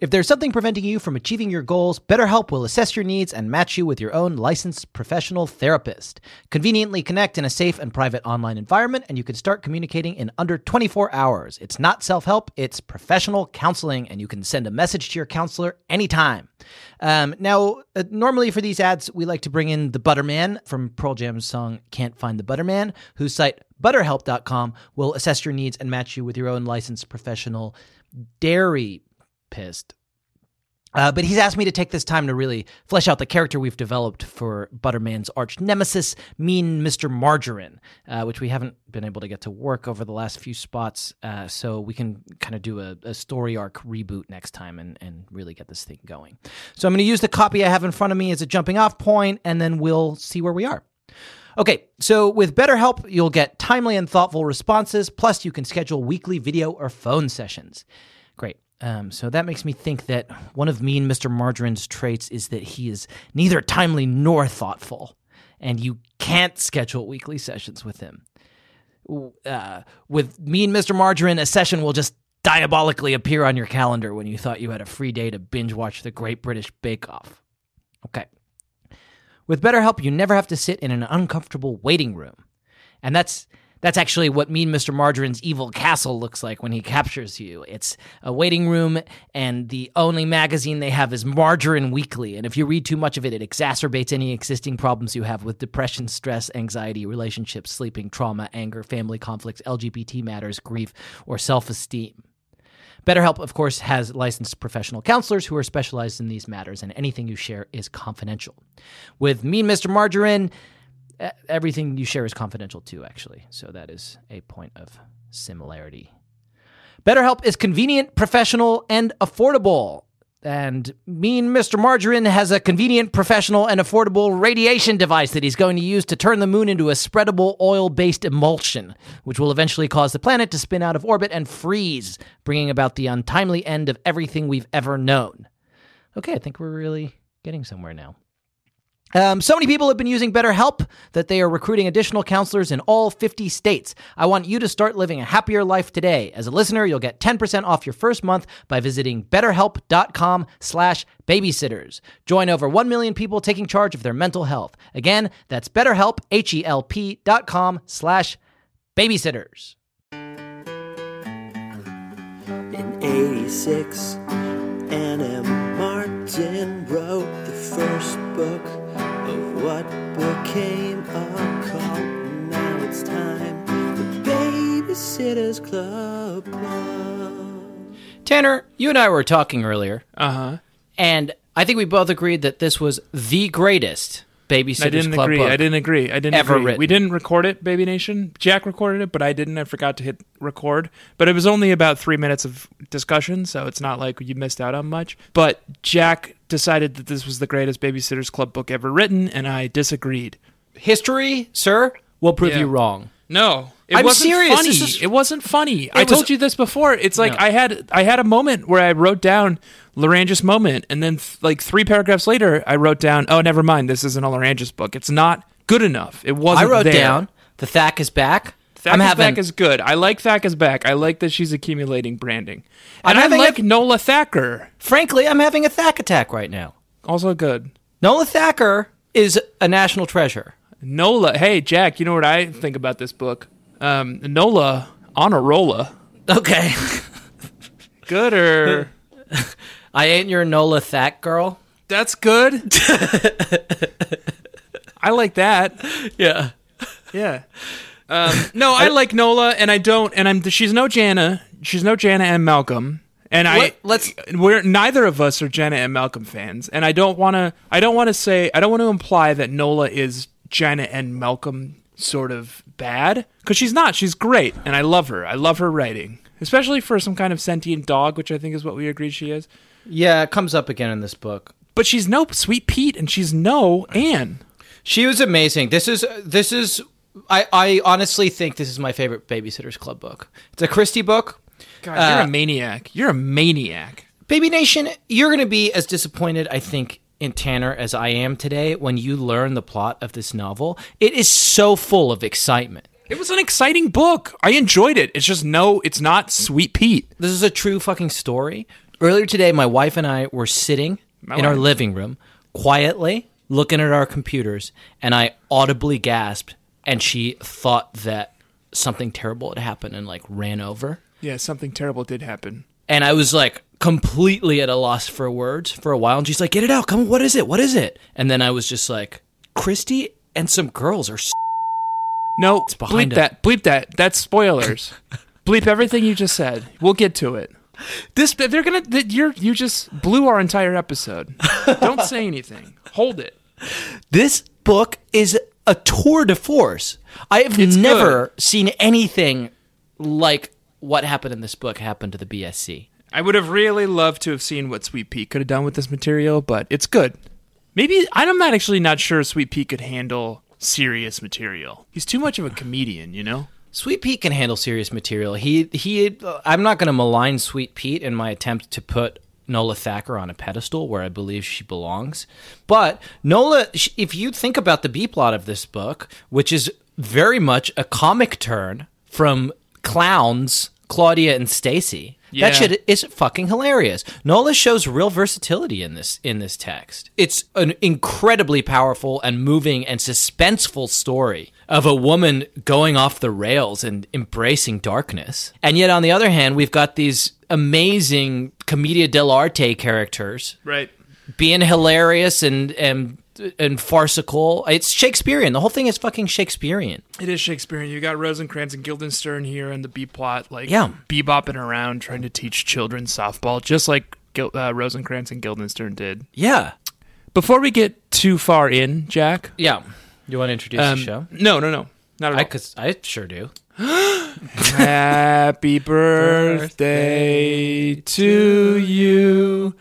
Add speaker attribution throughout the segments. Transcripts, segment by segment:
Speaker 1: If there's something preventing you from achieving your goals, BetterHelp will assess your needs and match you with your own licensed professional therapist. Conveniently connect in a safe and private online environment, and you can start communicating in under 24 hours. It's not self help, it's professional counseling, and you can send a message to your counselor anytime. Um, now, uh, normally for these ads, we like to bring in the Butterman from Pearl Jam's song Can't Find the Butterman, whose site butterhelp.com will assess your needs and match you with your own licensed professional dairy pissed. Uh, but he's asked me to take this time to really flesh out the character we've developed for Butterman's arch nemesis, Mean Mr. Margarine, uh, which we haven't been able to get to work over the last few spots. Uh, so we can kind of do a, a story arc reboot next time and, and really get this thing going. So I'm going to use the copy I have in front of me as a jumping off point, and then we'll see where we are. Okay, so with BetterHelp, you'll get timely and thoughtful responses, plus, you can schedule weekly video or phone sessions. Great. Um, so that makes me think that one of Mean Mr. Margarine's traits is that he is neither timely nor thoughtful, and you can't schedule weekly sessions with him. W- Uh, with Mean Mr. Margarine, a session will just diabolically appear on your calendar when you thought you had a free day to binge watch the Great British Bake Off. Okay. With BetterHelp, you never have to sit in an uncomfortable waiting room. And that's that's actually what Mean Mr. Margarine's evil castle looks like when he captures you. It's a waiting room, and the only magazine they have is Margarine Weekly. And if you read too much of it, it exacerbates any existing problems you have with depression, stress, anxiety, relationships, sleeping, trauma, anger, family conflicts, LGBT matters, grief, or self esteem. BetterHelp, of course, has licensed professional counselors who are specialized in these matters, and anything you share is confidential. With Mean Mr. Margarine, e- everything you share is confidential too, actually. So that is a point of similarity. BetterHelp is convenient, professional, and affordable. And mean Mr. Margarine has a convenient, professional, and affordable radiation device that he's going to use to turn the moon into a spreadable oil based emulsion, which will eventually cause the planet to spin out of orbit and freeze, bringing about the untimely end of everything we've ever known. Okay, I think we're really getting somewhere now. Um, so many people have been using BetterHelp that they are recruiting additional counselors in all 50 states. I want you to start living a happier life today. As a listener, you'll get 10% off your first month by visiting betterhelp.com slash babysitters. Join over 1 million people taking charge of their mental health. Again, that's betterhelp, H-E-L-P dot com slash babysitters.
Speaker 2: In 86, Anna Martin wrote the first book of what became a cult. Now it's time, the Babysitter's Club.
Speaker 1: Tanner, you and I were talking earlier,
Speaker 3: Uh huh.
Speaker 1: and I think we both agreed that this was the greatest Babysitter's
Speaker 3: I didn't
Speaker 1: Club
Speaker 3: agree.
Speaker 1: book.
Speaker 3: I didn't agree. I didn't
Speaker 1: Ever
Speaker 3: agree.
Speaker 1: written.
Speaker 3: We didn't record it, Baby Nation. Jack recorded it, but I didn't. I forgot to hit record. But it was only about three minutes of discussion, so it's not like you missed out on much. But Jack decided that this was the greatest Babysitter's Club book ever written, and I disagreed.
Speaker 1: History, sir, will prove
Speaker 3: Yeah.
Speaker 1: you wrong.
Speaker 3: No, it
Speaker 1: I'm
Speaker 3: wasn't
Speaker 1: serious.
Speaker 3: funny.
Speaker 1: This is-
Speaker 3: It wasn't funny. I
Speaker 1: was-
Speaker 3: told you this before. It's like
Speaker 1: No.
Speaker 3: I had I had a moment where I wrote down Larangis moment, and then th- like three paragraphs later, I wrote down, oh, never mind. This isn't a Larangis book. It's not good enough. It
Speaker 1: I
Speaker 3: wasn't.
Speaker 1: wrote
Speaker 3: there.
Speaker 1: down the Thack is back.
Speaker 3: Thack
Speaker 1: I'm
Speaker 3: is
Speaker 1: having
Speaker 3: back is good. I like Thack is back. I like that she's accumulating branding, and
Speaker 1: I'm
Speaker 3: I
Speaker 1: having
Speaker 3: like
Speaker 1: a-
Speaker 3: Nola Thacker.
Speaker 1: frankly, I'm having a Thack attack right now.
Speaker 3: Also good.
Speaker 1: Nola Thacker is a national treasure.
Speaker 3: Nola. Hey Jack, you know what I think about this book? Um, Nola on a rolla.
Speaker 1: Okay.
Speaker 3: Good er. or
Speaker 1: I ain't your Nola Thack girl.
Speaker 3: that's good. I like that.
Speaker 1: Yeah.
Speaker 3: Yeah. Um, no, I like Nola, and I don't, and I'm. She's no Jana. She's no Jana and Malcolm. And I
Speaker 1: Let- let's-
Speaker 3: We're neither of us are Jana and Malcolm fans, and I don't want to. I don't want to say. I don't want to imply that Nola is Jana and Malcolm sort of bad because she's not. She's great, and I love her. I love her writing, especially for some kind of sentient dog, which I think is what we agreed she is.
Speaker 1: Yeah, it comes up again in this book.
Speaker 3: But she's no Sweet Pete, and she's no Anne.
Speaker 1: She was amazing. This is this is I I honestly think this is my favorite Babysitters Club book. It's a Christie book.
Speaker 3: God,
Speaker 1: Uh,
Speaker 3: you're a maniac. You're a maniac.
Speaker 1: Baby Nation, you're going to be as disappointed, I think, in Tanner as I am today when you learn the plot of this novel. It is so full of excitement.
Speaker 3: It was an exciting book. I enjoyed it. It's just no, it's not Sweet Pete.
Speaker 1: This is a true fucking story. Earlier today, my wife and I were sitting in our
Speaker 3: wife.
Speaker 1: living room quietly looking at our computers, and I audibly gasped, and she thought that something terrible had happened and like ran over.
Speaker 3: Yeah, something terrible did happen.
Speaker 1: and I was like completely at a loss for words for a while. And she's like, "Get it out! Come on! What is it? What is it?" And then I was just like, "Christy and some girls are." S-.
Speaker 3: No,
Speaker 1: behind
Speaker 3: bleep
Speaker 1: it.
Speaker 3: that. Bleep that. That's spoilers. bleep everything you just said. We'll get to it. This they're gonna. th- You're you just blew our entire episode. Don't say anything. Hold it.
Speaker 1: This book is a tour de force. I have
Speaker 3: It's
Speaker 1: never seen anything like what happened in this book happened to the BSC.
Speaker 3: I would have really loved to have seen what Sweet Pea could have done with this material, but it's good. Maybe I'm not actually not sure Sweet Pea could handle serious material. He's too much of a comedian, you know.
Speaker 1: Sweet Pete can handle serious material. He he. I'm not going to malign Sweet Pete in my attempt to put Nola Thacker on a pedestal where I believe she belongs. But Nola, sh- if you think about the B plot of this book, which is very much a comic turn from clowns Claudia and Stacy,
Speaker 3: Yeah.
Speaker 1: that shit is fucking hilarious. Nola shows real versatility in this in this text. It's an incredibly powerful and moving and suspenseful story of a woman going off the rails and embracing darkness. And yet on the other hand, we've got these amazing commedia dell'arte characters
Speaker 3: Right.
Speaker 1: being hilarious and and and farcical. It's Shakespearean. The whole thing is fucking Shakespearean.
Speaker 3: It is Shakespearean. You got Rosencrantz and Guildenstern here and the B plot, like
Speaker 1: Yeah.
Speaker 3: bebopping around trying to teach children softball, just like Gil- uh, Rosencrantz and Guildenstern did.
Speaker 1: Yeah.
Speaker 3: Before we get too far in, Jack.
Speaker 1: Yeah. You want to introduce
Speaker 3: um,
Speaker 1: the show?
Speaker 3: No, no, no. Not at
Speaker 1: I
Speaker 3: all.
Speaker 1: cause I sure do.
Speaker 3: Happy birthday to you.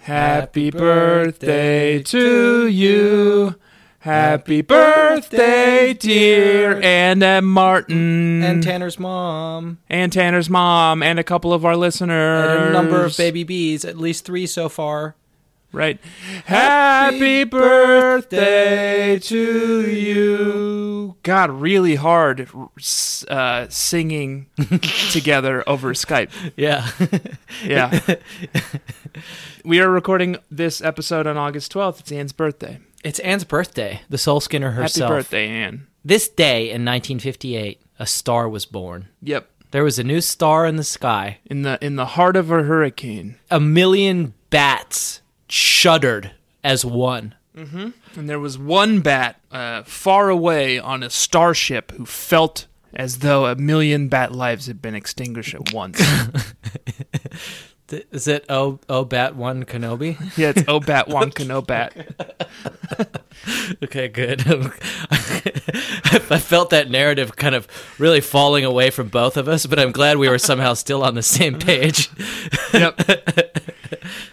Speaker 3: Happy birthday to you. Happy birthday, dear Anna Martin.
Speaker 1: And Tanner's mom.
Speaker 3: and Tanner's mom and a couple of our listeners.
Speaker 1: And a number of baby bees, at least three so far.
Speaker 3: Right. Happy birthday to you. God, really hard s- uh, singing together over Skype.
Speaker 1: Yeah.
Speaker 3: Yeah. we are recording this episode on August 12th. It's Anne's birthday.
Speaker 1: it's Anne's birthday, the soul skinner herself.
Speaker 3: Happy birthday, Anne.
Speaker 1: This day in 1958, a star was born.
Speaker 3: Yep.
Speaker 1: There was a new star in the sky.
Speaker 3: In the in the heart of a hurricane.
Speaker 1: A million bats shuddered as one.
Speaker 3: And there was one bat uh, far away on a starship who felt as though a million bat lives had been extinguished at once.
Speaker 1: Th- Is it Oh, oh Bat One Kenobi?
Speaker 3: yeah, it's Obat Wonka no oh bat.
Speaker 1: okay, good. I felt that narrative kind of really falling away from both of us, but I'm glad we were somehow still on the same page.
Speaker 3: Yep.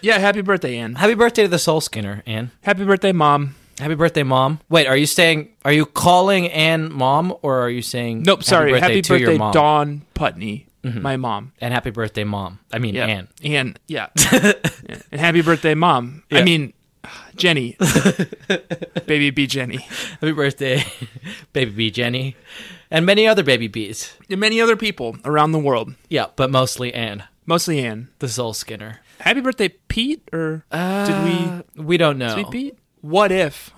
Speaker 3: Yeah, happy birthday, Anne.
Speaker 1: Happy birthday to the soul skinner, Anne.
Speaker 3: Happy birthday, Mom.
Speaker 1: Happy birthday, mom. Wait, are you saying? Are you calling Anne mom, or are you saying?
Speaker 3: Nope, sorry. Happy birthday,
Speaker 1: to your mom Mm-hmm.
Speaker 3: Dawn Putney, my mom.
Speaker 1: and happy birthday, mom. I mean,
Speaker 3: Yeah.
Speaker 1: Anne.
Speaker 3: Anne, yeah. Yeah. And happy birthday, mom. I
Speaker 1: Yeah.
Speaker 3: mean, Jenny. Baby B Jenny.
Speaker 1: Happy birthday, baby bee Jenny, and many other baby bees.
Speaker 3: And many other people around the world,
Speaker 1: Yeah, but mostly Anne,
Speaker 3: mostly Anne.
Speaker 1: the soul skinner.
Speaker 3: Happy birthday, Pete, or did we
Speaker 1: We don't know.
Speaker 3: Sweet Pete? What if?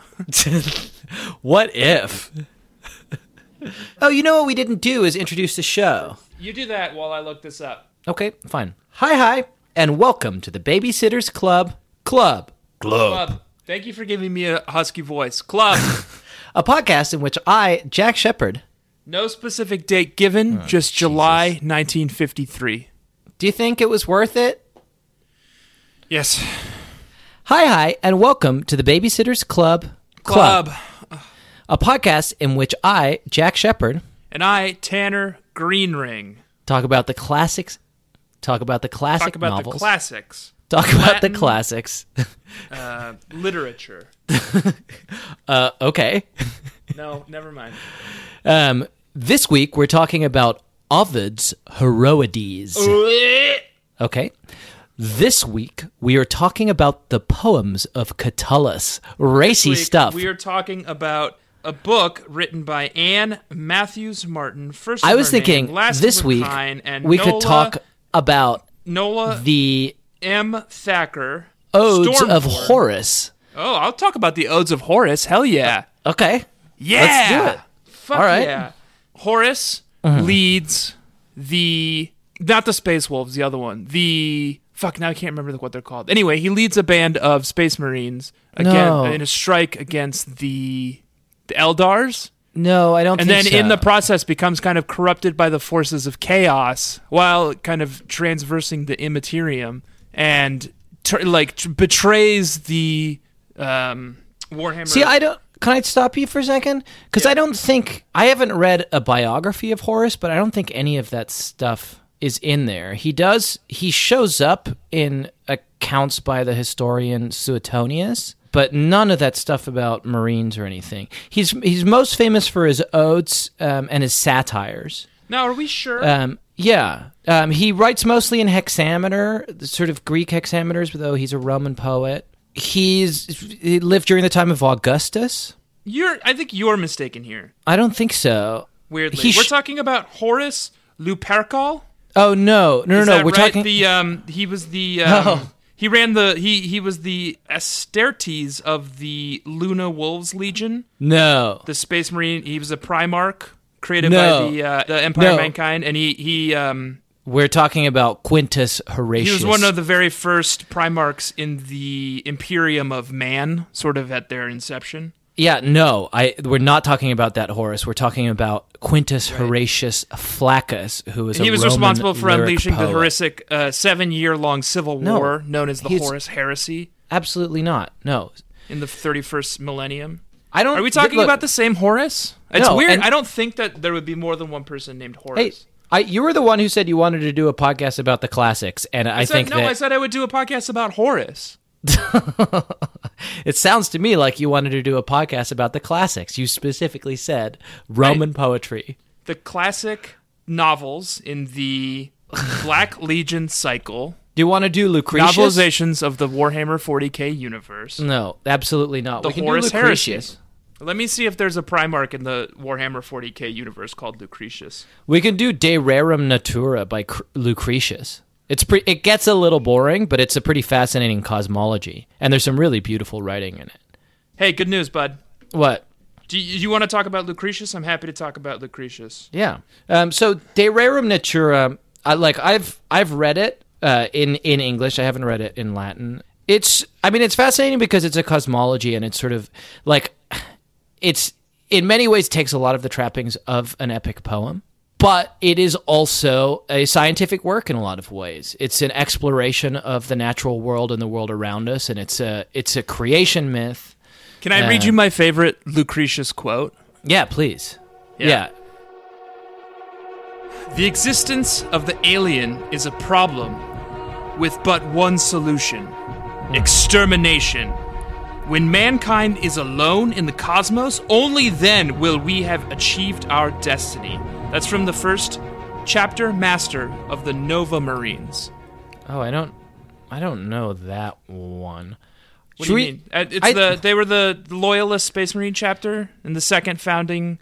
Speaker 1: what if? oh, you know what we didn't do is introduce the show.
Speaker 3: You do that while I look this up.
Speaker 1: Okay, fine. Hi, hi, and welcome to the Babysitters Club. Club.
Speaker 3: Club. Thank you for giving me a husky voice. Club.
Speaker 1: A podcast in which I, Jack Shepard,
Speaker 3: no specific date
Speaker 1: Oh,
Speaker 3: given, just July 1953.
Speaker 1: do you think it was worth it?
Speaker 3: Yes.
Speaker 1: Hi, hi, and welcome to the Babysitters Club
Speaker 3: Club.
Speaker 1: a podcast in which I, Jack Shepard,
Speaker 3: And I, Tanner Greenring,
Speaker 1: talk about the classics, talk about the classic
Speaker 3: talk about
Speaker 1: novels,
Speaker 3: the classics,
Speaker 1: talk about the
Speaker 3: Latin.
Speaker 1: classics.
Speaker 3: uh, literature.
Speaker 1: Uh, okay.
Speaker 3: No, never mind.
Speaker 1: Um, this week we're talking about Ovid's Heroides. Okay. This week, we are talking about the poems of Catullus. Racy
Speaker 3: week,
Speaker 1: stuff.
Speaker 3: We are talking about a book written by Anne Matthews Martin. First,
Speaker 1: I
Speaker 3: of
Speaker 1: was
Speaker 3: her name,
Speaker 1: thinking
Speaker 3: last of
Speaker 1: this
Speaker 3: her
Speaker 1: week
Speaker 3: kind, and
Speaker 1: we
Speaker 3: Nola,
Speaker 1: could talk about
Speaker 3: Nola
Speaker 1: the
Speaker 3: M. Thacker.
Speaker 1: Odes of
Speaker 3: Stormborn.
Speaker 1: Horace.
Speaker 3: Oh, I'll talk about the Odes of Horace. Hell yeah.
Speaker 1: Okay.
Speaker 3: Yeah.
Speaker 1: Uh, Let's do it.
Speaker 3: Fuck
Speaker 1: All right. Uh-huh.
Speaker 3: yeah. Horace leads the not the Space Wolves, the other one. The fuck now I can't remember what they're called. Anyway, he leads a band of Space Marines again
Speaker 1: No.
Speaker 3: in a strike against the the Eldars.
Speaker 1: No, I don't
Speaker 3: And
Speaker 1: think
Speaker 3: then in
Speaker 1: so.
Speaker 3: the process becomes kind of corrupted by the forces of chaos while kind of transversing the immaterium and tr like tr- betrays the um, Warhammer.
Speaker 1: See, I don't. Can I stop you for a second? Because I don't think I haven't read a biography of Horace, but I don't think any of that stuff is in there. He does. He shows up in accounts by the historian Suetonius, but none of that stuff about Marines or anything. He's he's most famous for his odes um, and his satires.
Speaker 3: now are we sure?
Speaker 1: Um, yeah. Um, he writes mostly in hexameter, the sort of Greek hexameters, though he's a Roman poet. He's he lived during the time of Augustus.
Speaker 3: You're. I think you're mistaken here.
Speaker 1: I don't think so.
Speaker 3: Weirdly,
Speaker 1: He
Speaker 3: we're
Speaker 1: sh-
Speaker 3: talking about Horace Lupercal.
Speaker 1: Oh no, no, no,
Speaker 3: Is
Speaker 1: no.
Speaker 3: that
Speaker 1: We're
Speaker 3: right?
Speaker 1: talking.
Speaker 3: the um. He was the. Um,
Speaker 1: Oh.
Speaker 3: He ran the. He he was the Astertes of the Luna Wolves Legion,
Speaker 1: no,
Speaker 3: the Space Marine. He was a Primarch created
Speaker 1: No.
Speaker 3: by the uh, the Empire
Speaker 1: No.
Speaker 3: of Mankind, and he he um.
Speaker 1: we're talking about Quintus Horatius.
Speaker 3: He was one of the very first Primarchs in the Imperium of Man, sort of at their inception.
Speaker 1: Yeah, no, I. We're not talking about that Horace. We're talking about Quintus Horatius Flaccus, who was.
Speaker 3: And
Speaker 1: a
Speaker 3: he was
Speaker 1: Roman
Speaker 3: responsible for
Speaker 1: lyric
Speaker 3: unleashing
Speaker 1: poet.
Speaker 3: the horrific uh, seven-year-long civil
Speaker 1: No.
Speaker 3: war known as the
Speaker 1: He's-
Speaker 3: Horus Heresy.
Speaker 1: Absolutely not. No,
Speaker 3: in the 31st millennium.
Speaker 1: I don't.
Speaker 3: Are we talking
Speaker 1: Oh, look,
Speaker 3: about the same Horace? It's
Speaker 1: No,
Speaker 3: weird.
Speaker 1: and-
Speaker 3: I don't think that there would be more than one person named Horace.
Speaker 1: Hey, I, you were the one who said you wanted to do a podcast about the classics, and I,
Speaker 3: I,
Speaker 1: think
Speaker 3: said, no,
Speaker 1: that
Speaker 3: I said I would do a podcast about Horace.
Speaker 1: it sounds to me like you wanted to do a podcast about the classics. You specifically said Roman poetry.
Speaker 3: The classic novels in the Black Legion cycle,
Speaker 1: Do you want to do Lucretius?
Speaker 3: novelizations of the Warhammer 40K universe,
Speaker 1: No, absolutely not.
Speaker 3: the
Speaker 1: Mm. we can
Speaker 3: Horus
Speaker 1: do Lucretius.
Speaker 3: Heresies. Let me see if there's a Primarch in the Warhammer 40K universe called Lucretius.
Speaker 1: We can do De Rerum Natura by Cr- Lucretius. It's pre- it gets a little boring, but it's a pretty fascinating cosmology, and there's some really beautiful writing in it.
Speaker 3: Hey, good news, bud.
Speaker 1: What?
Speaker 3: Do you, you want to talk about Lucretius? I'm happy to talk about Lucretius.
Speaker 1: Yeah. Um, so De Rerum Natura, I like. I've I've read it uh, in in English. I haven't read it in Latin. It's. I mean, it's fascinating because it's a cosmology, and it's sort of like it's in many ways takes a lot of the trappings of an epic poem but it is also a scientific work in a lot of ways it's an exploration of the natural world and the world around us and it's a it's a creation myth
Speaker 3: Can I read
Speaker 1: Uh,
Speaker 3: you my favorite Lucretius quote?
Speaker 1: yeah please yeah,
Speaker 3: The existence of the alien is a problem with but one solution extermination. When mankind is alone in the cosmos, only then will we have achieved our destiny. That's from the first chapter master of the Nova Marines.
Speaker 1: oh i don't i don't know that one
Speaker 3: What
Speaker 1: Should
Speaker 3: do
Speaker 1: we-
Speaker 3: you mean? Uh, It's
Speaker 1: I-
Speaker 3: the, they were the loyalist Space Marine chapter and the second founding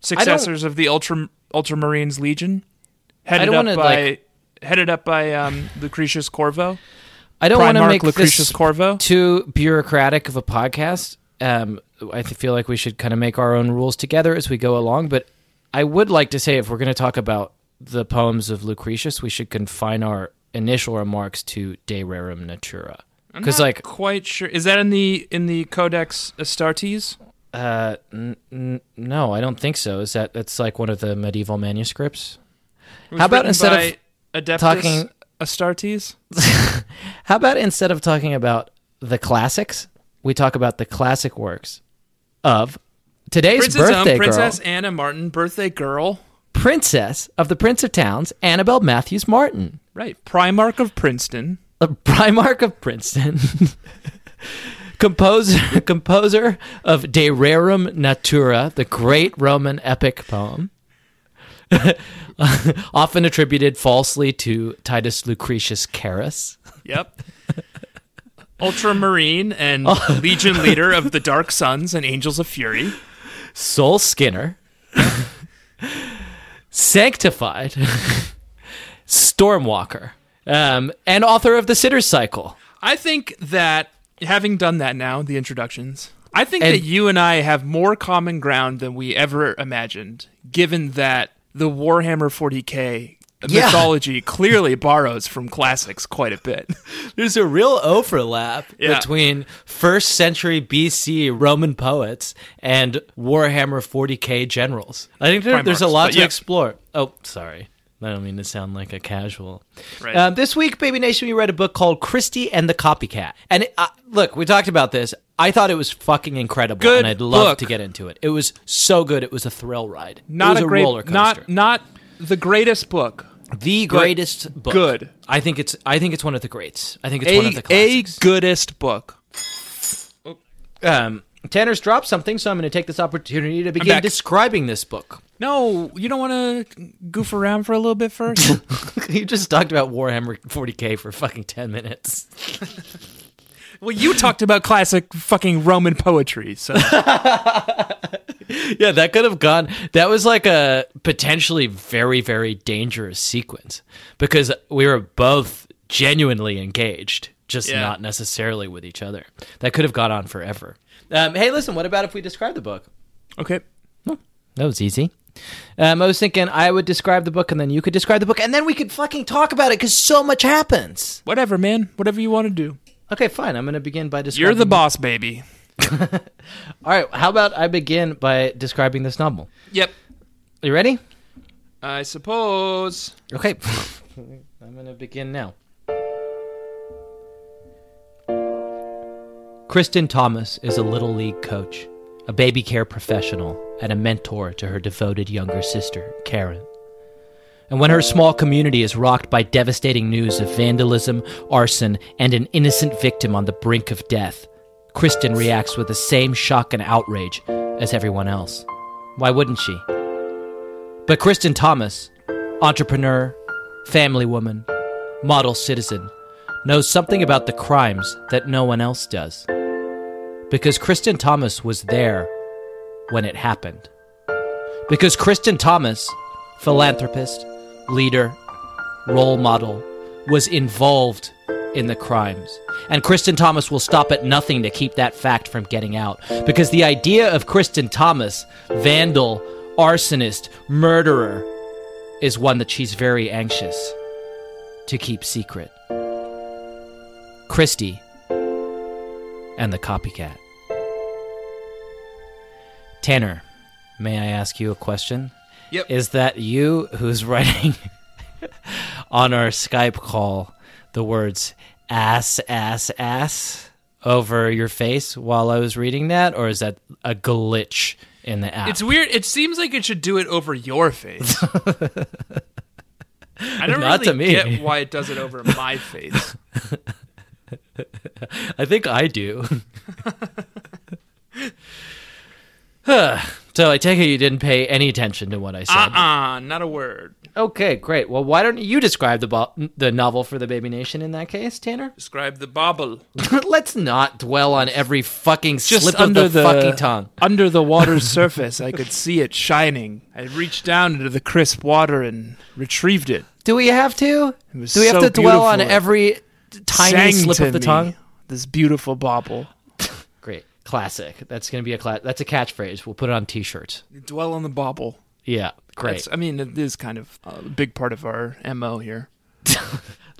Speaker 3: successors of the Ultra Ultramarines Legion, headed up
Speaker 1: wanna,
Speaker 3: by
Speaker 1: like-
Speaker 3: headed up by um, Lucretius Corvo.
Speaker 1: i don't want to
Speaker 3: Primarch
Speaker 1: make
Speaker 3: Lucretius
Speaker 1: this
Speaker 3: Corvo.
Speaker 1: too bureaucratic of a podcast um i th- feel like we should kind of make our own rules together as we go along but i would like to say if we're going to talk about the poems of lucretius we should confine our initial remarks to de rerum natura because
Speaker 3: Not
Speaker 1: like
Speaker 3: quite sure is that in the in the Codex Astartes?
Speaker 1: uh n- n- no i don't think so is that that's like one of the medieval manuscripts
Speaker 3: It was
Speaker 1: How about
Speaker 3: written
Speaker 1: instead of
Speaker 3: by Adeptus
Speaker 1: talking-
Speaker 3: Astartes?
Speaker 1: how about instead of talking about the classics we talk about the classic works of today's
Speaker 3: Princess
Speaker 1: birthday
Speaker 3: um,
Speaker 1: girl
Speaker 3: Princess Anna Martin, birthday girl.
Speaker 1: princess of the Prince of Towns, Annabelle Matthews Martin,
Speaker 3: Right, Primarch of Princeton.
Speaker 1: the Primarch of Princeton, composer composer of De Rerum Natura, the great Roman epic poem, often attributed falsely to Titus Lucretius Carus.
Speaker 3: Yep. Ultramarine and Legion leader of the Dark Suns and Angels of Fury.
Speaker 1: Soul Skinner, Sanctified, Stormwalker, um, and author of The Sitter's Cycle.
Speaker 3: I think that having done that now, the introductions, I think
Speaker 1: And-
Speaker 3: that you and I have more common ground than we ever imagined, given that the Warhammer 40K
Speaker 1: Yeah.
Speaker 3: mythology clearly borrows from classics quite a bit.
Speaker 1: There's a real overlap
Speaker 3: Yeah.
Speaker 1: between first century BC Roman poets and Warhammer 40k generals. I think there, there's a
Speaker 3: Primarchs,
Speaker 1: lot
Speaker 3: but
Speaker 1: to
Speaker 3: yeah.
Speaker 1: explore. Oh, sorry. I don't mean to sound like a casual.
Speaker 3: Right.
Speaker 1: Um, this week, Baby Nation, we read a book called Christie and the Copycat. And it, uh, look, we talked about this. I thought it was fucking incredible,
Speaker 3: Good
Speaker 1: and I'd love
Speaker 3: book.
Speaker 1: to get into it. It was so good. It was a thrill ride. it
Speaker 3: Not
Speaker 1: was
Speaker 3: a great,
Speaker 1: roller coaster.
Speaker 3: not not the greatest book.
Speaker 1: the greatest book.
Speaker 3: Good.
Speaker 1: I think it's. I think it's one of the greats. I think it's
Speaker 3: A,
Speaker 1: one of the
Speaker 3: a
Speaker 1: classics.
Speaker 3: goodest book.
Speaker 1: um, Tanner's dropped something, so I'm going to take this opportunity to begin
Speaker 3: back.
Speaker 1: describing this book.
Speaker 3: No, you don't want to goof around for a little bit first.
Speaker 1: you just talked about Warhammer 40k for fucking 10 minutes.
Speaker 3: well, you talked about classic fucking Roman poetry, so
Speaker 1: Yeah, that could have gone. That was like a potentially very, very dangerous sequence because we were both genuinely engaged, just
Speaker 3: Yeah.
Speaker 1: not necessarily with each other. That could have gone on forever. Um, hey, listen, what about if we describe the book?
Speaker 3: okay.
Speaker 1: That was easy. Um, I was thinking I would describe the book and then you could describe the book and then we could fucking talk about it because so much happens.
Speaker 3: Whatever, man. Whatever you want to do.
Speaker 1: Okay, fine. I'm going to begin by describing.
Speaker 3: You're the boss, baby.
Speaker 1: All right. How about I begin by describing this novel?
Speaker 3: Yep.
Speaker 1: You ready?
Speaker 3: I suppose.
Speaker 1: Okay. I'm going to begin now. Kristen Thomas is a Little League coach, a baby care professional, and a mentor to her devoted younger sister, Karen. And when her small community is rocked by devastating news of vandalism, arson, and an innocent victim on the brink of death, Kristen reacts with the same shock and outrage as everyone else. Why wouldn't she? But Kristen Thomas, entrepreneur, family woman, model citizen, knows something about the crimes that no one else does. Because Kristen Thomas was there when it happened. Because Kristen Thomas, philanthropist, leader, role model, was involved in the crimes. And Kristen Thomas will stop at nothing to keep that fact from getting out. Because the idea of Kristen Thomas, vandal, arsonist, murderer, is one that she's very anxious to keep secret. Christie and the copycat. Tanner, may I ask you a question?
Speaker 3: Yep.
Speaker 1: Is that you who's writing on our Skype call the words ass, ass, ass over your face while I was reading that? Or is that a glitch in the app?
Speaker 3: It's weird. It seems like it should do it over your face. I don't
Speaker 1: Not
Speaker 3: really
Speaker 1: to me.
Speaker 3: get why it does it over my face.
Speaker 1: I think I do. Huh. so I take it you didn't pay any attention to what I said.
Speaker 3: Uh-uh, not a word.
Speaker 1: Ah, Okay, great. Well, why don't you describe the bo- the novel for the Baby Nation in that case, Tanner?
Speaker 3: Describe the bobble.
Speaker 1: Let's not dwell on every fucking slip of the, fucking tongue.
Speaker 3: Under the water's surface, I could see it shining. I reached down into the crisp water and retrieved it.
Speaker 1: Do we have to?
Speaker 3: It was
Speaker 1: Do we have
Speaker 3: so
Speaker 1: to dwell on
Speaker 3: beautiful.
Speaker 1: every t- tiny
Speaker 3: Sang
Speaker 1: slip
Speaker 3: to
Speaker 1: of the
Speaker 3: me,
Speaker 1: tongue?
Speaker 3: This beautiful bobble.
Speaker 1: Great. Classic. That's going to be a cla- that's a catchphrase. We'll put it on t-shirts.
Speaker 3: Dwell on the bobble.
Speaker 1: Yeah, great.
Speaker 3: That's, I mean, it is kind of a big part of our MO here.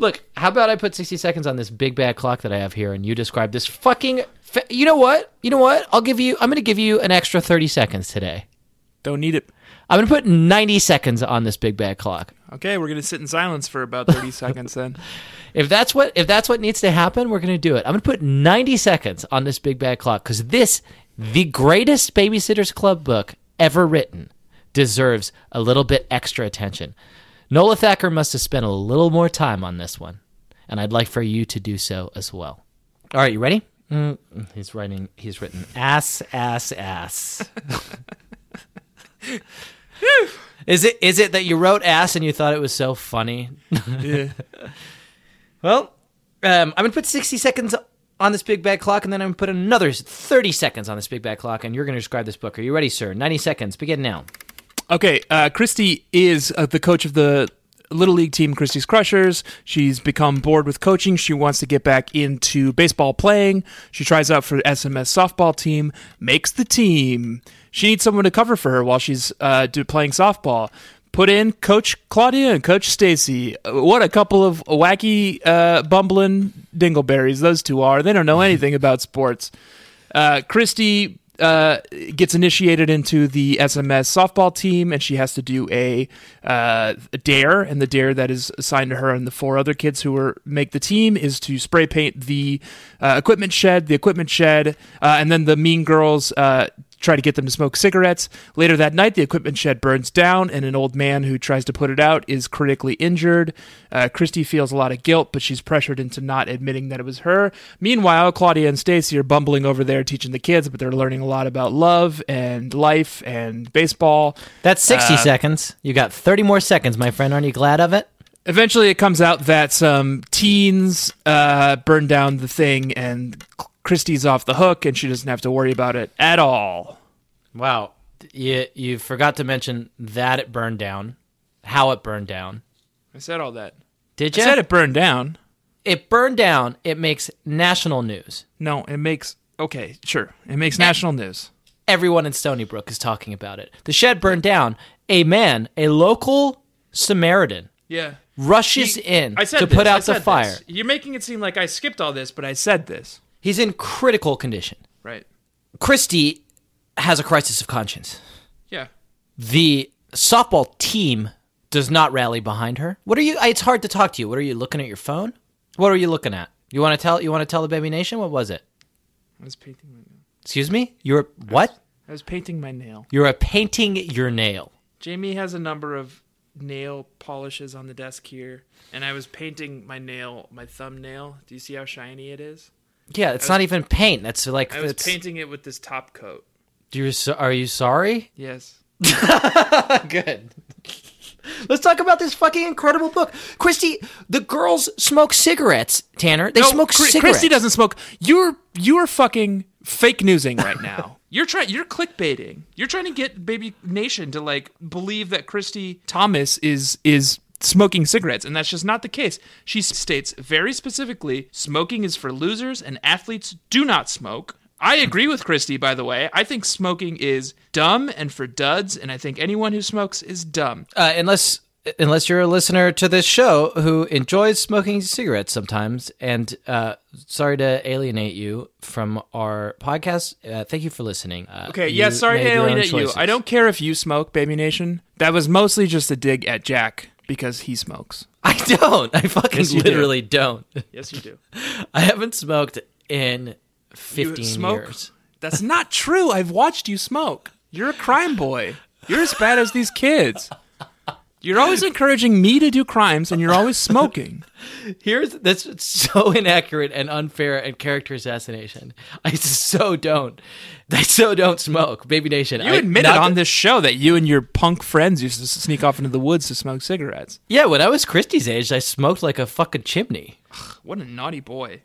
Speaker 1: Look, how about I put 60 seconds on this big bad clock that I have here and you describe this fucking. Fa- you know what? You know what? I'll give you. I'm going to give you an extra 30 seconds today.
Speaker 3: Don't need it.
Speaker 1: I'm going to put 90 seconds on this big bad clock.
Speaker 3: Okay, we're gonna sit in silence for about thirty seconds then.
Speaker 1: If that's what if that's what needs to happen, we're going to do it. I'm going to put 90 seconds on this big bad clock cuz this the greatest babysitters club book ever written deserves a little bit extra attention. Nola Thacker must have spent a little more time on this one, and I'd like for you to do so as well. All right, you ready? Mm, he's writing he's written ass ass ass. Is it is it that you wrote ass and you thought it was so funny? well, um, I'm gonna put 60 seconds on this big bad clock, and then I'm gonna put another 30 seconds on this big bad clock, and you're gonna describe this book. Are you ready, sir? 90 seconds. Begin now.
Speaker 3: Okay, uh, Christy is uh, the coach of the little league team, Christy's Crushers. She's become bored with coaching. She wants to get back into baseball playing. She tries out for SMS softball team, makes the team. She needs someone to cover for her while she's uh, do, playing softball. Put in Coach Claudia and Coach Stacy. Uh, What a couple of wacky, uh, bumbling dingleberries those two are. They don't know anything about sports. Uh, Christy uh, gets initiated into the SMS softball team, and she has to do a, uh, a dare. And the dare that is assigned to her and the four other kids who are make the team is to spray paint the uh, equipment shed, the equipment shed, uh, and then the mean girls. Uh, Try to get them to smoke cigarettes. Later that night, the equipment shed burns down, and an old man who tries to put it out is critically injured. Uh, Christy feels a lot of guilt, but she's pressured into not admitting that it was her. Meanwhile, Claudia and Stacy are bumbling over there teaching the kids, but they're learning a lot about love and life and baseball.
Speaker 1: That's 60 seconds. You got 30 more seconds, my friend. Aren't you glad of it?
Speaker 3: Eventually, it comes out that some teens uh, burn down the thing, and Christy's off the hook, and she doesn't have to worry about it at all.
Speaker 1: Wow. You you forgot to mention that it burned down, how it burned down.
Speaker 3: I said all that.
Speaker 1: Did
Speaker 3: I
Speaker 1: you?
Speaker 3: said it burned down.
Speaker 1: it burned down. It makes national news.
Speaker 3: No, it makes okay, sure. It makes national news.
Speaker 1: everyone in Stony Brook is talking about it. The shed burned down. A man, a local Samaritan,
Speaker 3: Yeah.
Speaker 1: rushes in to put out the fire.
Speaker 3: You're making it seem like I skipped all this, but I said this.
Speaker 1: He's in critical condition.
Speaker 3: Right.
Speaker 1: Christie has a crisis of conscience.
Speaker 3: Yeah.
Speaker 1: The softball team does not rally behind her. What are you? It's hard to talk to you. What are you looking at your phone? What are you looking at? You want to tell? You want to tell the baby nation? What was it?
Speaker 3: I was painting my nail.
Speaker 1: Excuse me. You're what?
Speaker 3: I was painting my nail.
Speaker 1: You're a painting your nail.
Speaker 3: Jamie has a number of nail polishes on the desk here, and I was painting my nail, my thumbnail. Do you see how shiny it is?
Speaker 1: Yeah, it's not even paint. That's like.
Speaker 3: I was
Speaker 1: It's,
Speaker 3: painting it with this top coat.
Speaker 1: you're so, are you sorry?
Speaker 3: Yes.
Speaker 1: Good. Let's talk about this fucking incredible book. Christy, the girls smoke cigarettes, Tanner. They smoke
Speaker 3: Chri-
Speaker 1: cigarettes.
Speaker 3: Christy doesn't smoke. You're you're fucking fake newsing right now. you're trying. You're clickbaiting. You're trying to get Baby Nation to like believe that Christy Thomas is is smoking cigarettes, and that's just not the case. She states very specifically, smoking is for losers, and athletes do not smoke. I agree with Christy, by the way. I think smoking is dumb and for duds, and I think anyone who smokes is dumb.
Speaker 1: Uh, unless unless you're a listener to this show who enjoys smoking cigarettes sometimes and uh, sorry to alienate you from our podcast uh, thank you for listening uh,
Speaker 3: Okay,
Speaker 1: you
Speaker 3: yeah, sorry to
Speaker 1: made your own
Speaker 3: alienate you.
Speaker 1: choices.
Speaker 3: I don't care if you smoke, Baby Nation. That was mostly just a dig at Jack because he smokes.
Speaker 1: i don't i fucking
Speaker 3: Yes, you do.
Speaker 1: literally don't
Speaker 3: Yes, you do.
Speaker 1: i haven't smoked in 15 years
Speaker 3: That's not true. I've watched you smoke. You're a crime boy. You're as bad as these kids. You're always encouraging me to do crimes and you're always smoking.
Speaker 1: Here's that's so inaccurate and unfair and character assassination. I so don't. I so don't smoke, Baby Nation.
Speaker 3: You
Speaker 1: I-
Speaker 3: admitted
Speaker 1: not
Speaker 3: on
Speaker 1: that-
Speaker 3: this show that you and your punk friends used to s- sneak off into the woods to smoke cigarettes.
Speaker 1: Yeah, when I was Christie's age, I smoked like a fucking chimney.
Speaker 3: What a naughty boy.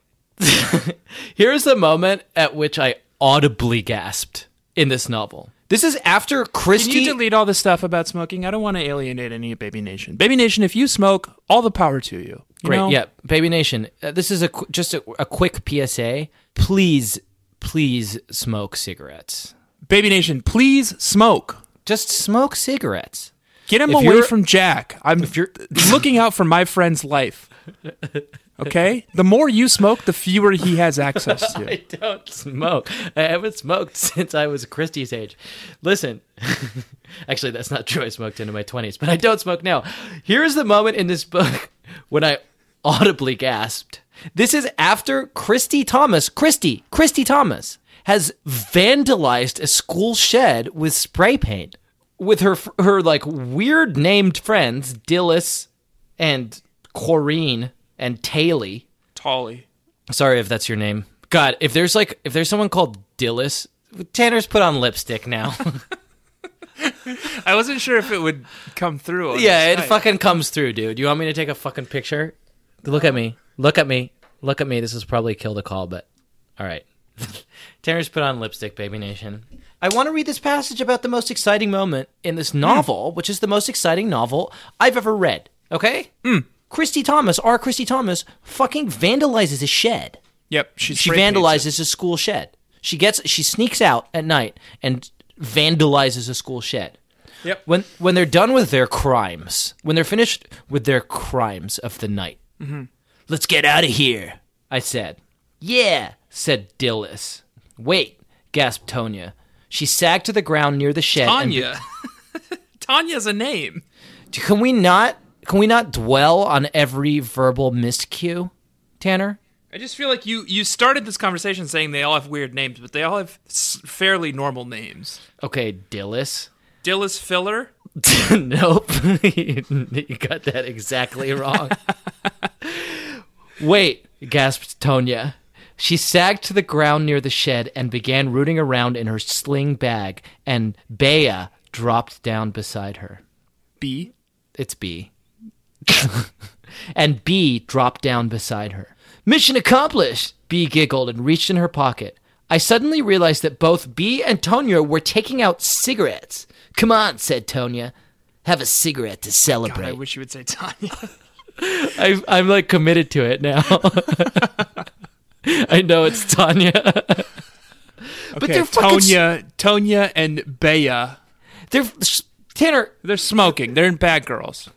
Speaker 1: Here's the moment at which I audibly gasped in this novel. This is after
Speaker 3: Can
Speaker 1: Christie.
Speaker 3: you delete all the stuff about smoking? I don't want to alienate any Baby Nation. Baby Nation, if you smoke, all the power to you. you
Speaker 1: Great,
Speaker 3: know?
Speaker 1: yeah, Baby Nation. Uh, this is a qu- just a, a quick PSA. Please, please smoke cigarettes.
Speaker 3: Baby Nation, please smoke.
Speaker 1: Just smoke cigarettes.
Speaker 3: Get him
Speaker 1: If
Speaker 3: away
Speaker 1: you're-
Speaker 3: from Jack. I'm
Speaker 1: you're-
Speaker 3: looking out for my friend's life. Okay? The more you smoke, the fewer he has access to.
Speaker 1: I don't smoke. I haven't smoked since I was Christie's age. Listen, actually, that's not true. I smoked into my 20s, but I don't smoke now. Here's the moment in this book when I audibly gasped. This is after Christy Thomas, Christy, Christy Thomas, has vandalized a school shed with spray paint with her her like weird named friends Dillis and Corrine and Taylor.
Speaker 3: Tolly.
Speaker 1: Sorry if that's your name. God, if there's like if there's someone called Dillis, Tanner's put on lipstick now.
Speaker 3: I wasn't sure if it would come through. on
Speaker 1: Yeah,
Speaker 3: the
Speaker 1: it
Speaker 3: site.
Speaker 1: fucking comes through, dude. You want me to take a fucking picture? Look at me. Look at me. Look at me. This is probably kill the call, but all right. Tanner's put on lipstick, baby nation. I want to read this passage about the most exciting moment in this novel, which is the most exciting novel I've ever read. Okay? Mm. Christy Thomas, R. Christy Thomas, fucking vandalizes a shed.
Speaker 3: Yep, she
Speaker 1: She
Speaker 3: spray paints it.
Speaker 1: vandalizes a school shed. She gets she sneaks out at night and vandalizes a school shed
Speaker 3: Yep.
Speaker 1: when when they're done with their crimes, when they're finished with their crimes of the night, let's get out of here. I said. Yeah, said Dillis. Wait, gasped Tonya. She sagged to the ground near the shed. and-
Speaker 3: Tanya. Tanya's a name.
Speaker 1: can we not? Can we not dwell on every verbal miscue, Tanner?
Speaker 3: I just feel like you you started this conversation saying they all have weird names, but they all have s- fairly normal names.
Speaker 1: Okay, Dillis.
Speaker 3: Dillis Filler.
Speaker 1: nope. you you got that exactly wrong. Wait, gasped Tonya. She sagged to the ground near the shed and began rooting around in her sling bag, and Bea dropped down beside her.
Speaker 3: B.
Speaker 1: It's B. and B dropped down beside her. Mission accomplished! B giggled and reached in her pocket. I suddenly realized that both B and Tonya were taking out cigarettes. Come on, said Tonya. Have a cigarette to
Speaker 3: God, I
Speaker 1: celebrate.
Speaker 3: wish you would say Tanya.
Speaker 1: I, I'm like committed to it now. I know it's Tanya. but
Speaker 3: Okay,
Speaker 1: they're fucking.
Speaker 3: Tonya, Tonya and Bea.
Speaker 1: They're, Tanner,
Speaker 3: They're smoking. They're in Bad Girls.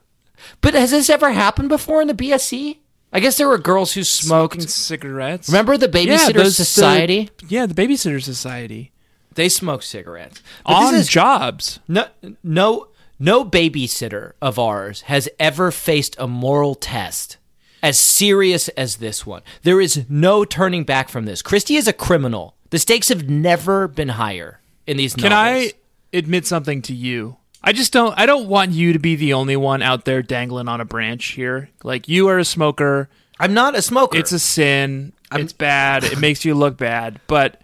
Speaker 1: but has this ever happened before in the BSC? I guess there were girls who smoked.
Speaker 3: Smoking cigarettes.
Speaker 1: Remember the
Speaker 3: Yeah,
Speaker 1: Babysitter
Speaker 3: those- the-
Speaker 1: Society?
Speaker 3: yeah, the Babysitter Society.
Speaker 1: They smoke cigarettes. But
Speaker 3: On
Speaker 1: this is
Speaker 3: jobs.
Speaker 1: no, no, no babysitter of ours has ever faced a moral test as serious as this one. There is no turning back from this. Christie is a criminal. The stakes have never been higher in these
Speaker 3: Can
Speaker 1: novels.
Speaker 3: I admit something to you? I just don't I don't want you to be the only one out there dangling on a branch here. Like you are a smoker.
Speaker 1: I'm not a smoker.
Speaker 3: It's a sin. it's bad. It makes you look bad. But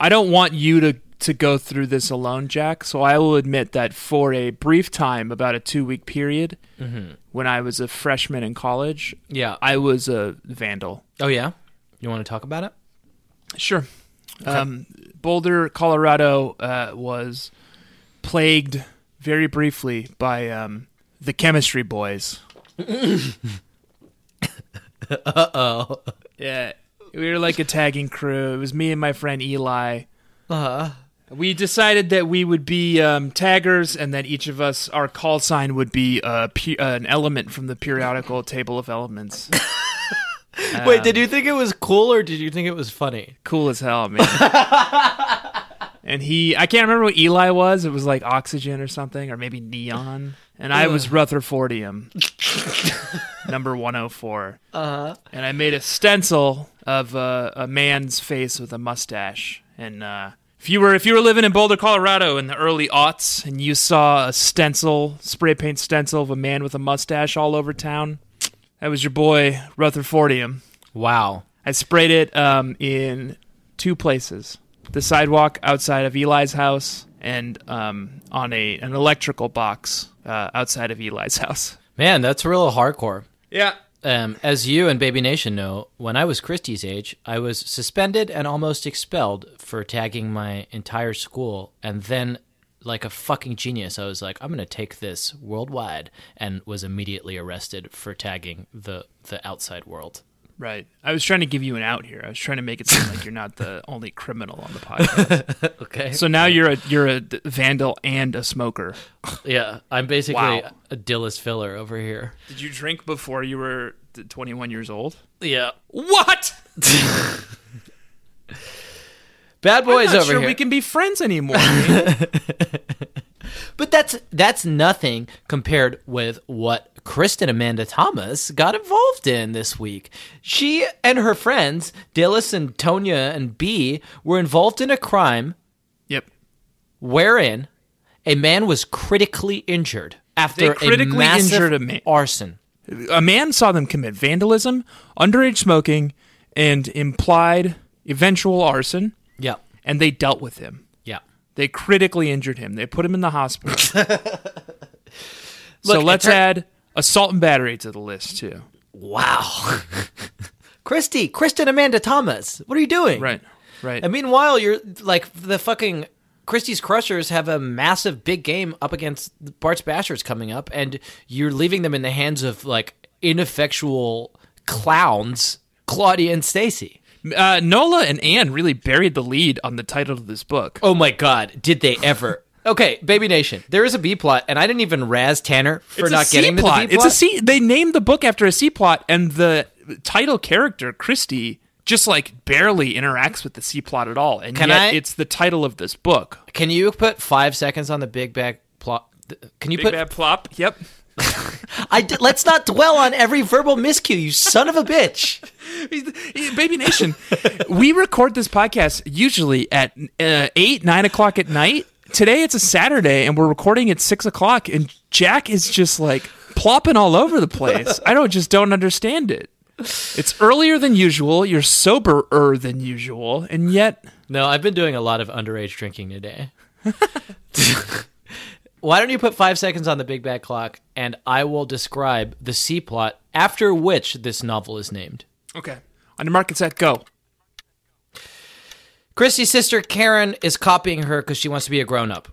Speaker 3: I don't want you to to go through this alone, Jack. So I will admit that for a brief time, about a two week period, when I was a freshman in college,
Speaker 1: Yeah.
Speaker 3: I was a vandal.
Speaker 1: oh yeah. You want to talk about it?
Speaker 3: Sure. Um, Boulder, Colorado uh, was plagued very briefly by um, the chemistry boys. uh oh. Yeah. We were like a tagging crew. It was me and my friend Eli. uh We decided that we would be um, taggers, and that each of us, our call sign would be uh, pu- uh, an element from the periodical table of elements.
Speaker 1: Wait, did you think it was cool or did you think it was funny?
Speaker 3: cool as hell, man. and he, I can't remember what Eli was. It was like oxygen or something, or maybe neon. And I was Rutherfordium, number 104. Uh-huh. And I made a stencil of uh, a man's face with a mustache. And uh, if you were if you were living in Boulder, Colorado in the early aughts, and you saw a stencil, spray paint stencil of a man with a mustache all over town, that was your boy Rutherfordium.
Speaker 1: Wow.
Speaker 3: I sprayed it um, in two places: the sidewalk outside of Eli's house and um, on a an electrical box uh, outside of Eli's house.
Speaker 1: Man, that's real hardcore.
Speaker 3: Yeah.
Speaker 1: um, as you and Baby Nation know, when I was Christie's age, I was suspended and almost expelled for tagging my entire school. And then, like a fucking genius, I was like, I'm going to take this worldwide, and was immediately arrested for tagging the the outside world.
Speaker 3: Right. I was trying to give you an out here. I was trying to make it seem like you're not the only criminal on the podcast.
Speaker 1: Okay.
Speaker 3: so now you're a you're a d- vandal and a smoker.
Speaker 1: yeah, I'm basically
Speaker 3: Wow.
Speaker 1: a Dillis filler over here.
Speaker 3: Did you drink before you were 21 years old?
Speaker 1: Yeah.
Speaker 3: What?
Speaker 1: Bad boys
Speaker 3: I'm not
Speaker 1: over
Speaker 3: sure
Speaker 1: here.
Speaker 3: we can be friends anymore. eh? man.
Speaker 1: But that's that's nothing compared with what Kristen Amanda Thomas got involved in this week. She and her friends, Dillis and Tonya and B, were involved in a crime
Speaker 3: yep.
Speaker 1: wherein a man was critically injured after a
Speaker 3: critically
Speaker 1: massive
Speaker 3: injured a man.
Speaker 1: arson.
Speaker 3: a man saw them commit vandalism, underage smoking, and implied eventual arson,
Speaker 1: Yeah.
Speaker 3: and they dealt with him.
Speaker 1: Yeah.
Speaker 3: They critically injured him. They put him in the hospital. so
Speaker 1: it
Speaker 3: let's
Speaker 1: tur-
Speaker 3: add assault and battery to the list too.
Speaker 1: Wow. Christy, Kristen Amanda Thomas, what are you doing?
Speaker 3: Right. Right.
Speaker 1: And meanwhile, you're like the fucking Christie's Crushers have a massive big game up against the Bart's Bashers coming up, and you're leaving them in the hands of like ineffectual clowns, Claudia and Stacy.
Speaker 3: uh, Nola and Anne really buried the lead on the title of this book.
Speaker 1: Oh my God, did they ever? okay, Baby Nation, there is a B plot, and I didn't even razz Tanner for
Speaker 3: It's a
Speaker 1: not
Speaker 3: C
Speaker 1: getting
Speaker 3: plot.
Speaker 1: to the B plot.
Speaker 3: It's a C. They named the book after a C plot, and the title character Christy just like barely interacts with the C plot at all. And
Speaker 1: Can
Speaker 3: yet,
Speaker 1: I-
Speaker 3: it's the title of this book.
Speaker 1: Can you put five seconds on the Big Bad plot? th- Can you
Speaker 3: Big
Speaker 1: put?
Speaker 3: bad plop. Yep.
Speaker 1: I d- let's not dwell on every verbal miscue, you son of a bitch.
Speaker 3: Eh, Baby Nation, we record this podcast usually at uh, eight, nine o'clock at night. Today it's a Saturday, and we're recording at six o'clock. And Jack is just like plopping all over the place. I don't just don't understand it. It's earlier than usual. You're soberer than usual, and yet
Speaker 1: No, I've been doing a lot of underage drinking today. Why don't you put five seconds on the Big Bad Clock and I will describe the C plot after which this novel is named.
Speaker 3: okay. On your market set, go.
Speaker 1: Christy's sister Karen is copying her because she wants to be a grown up.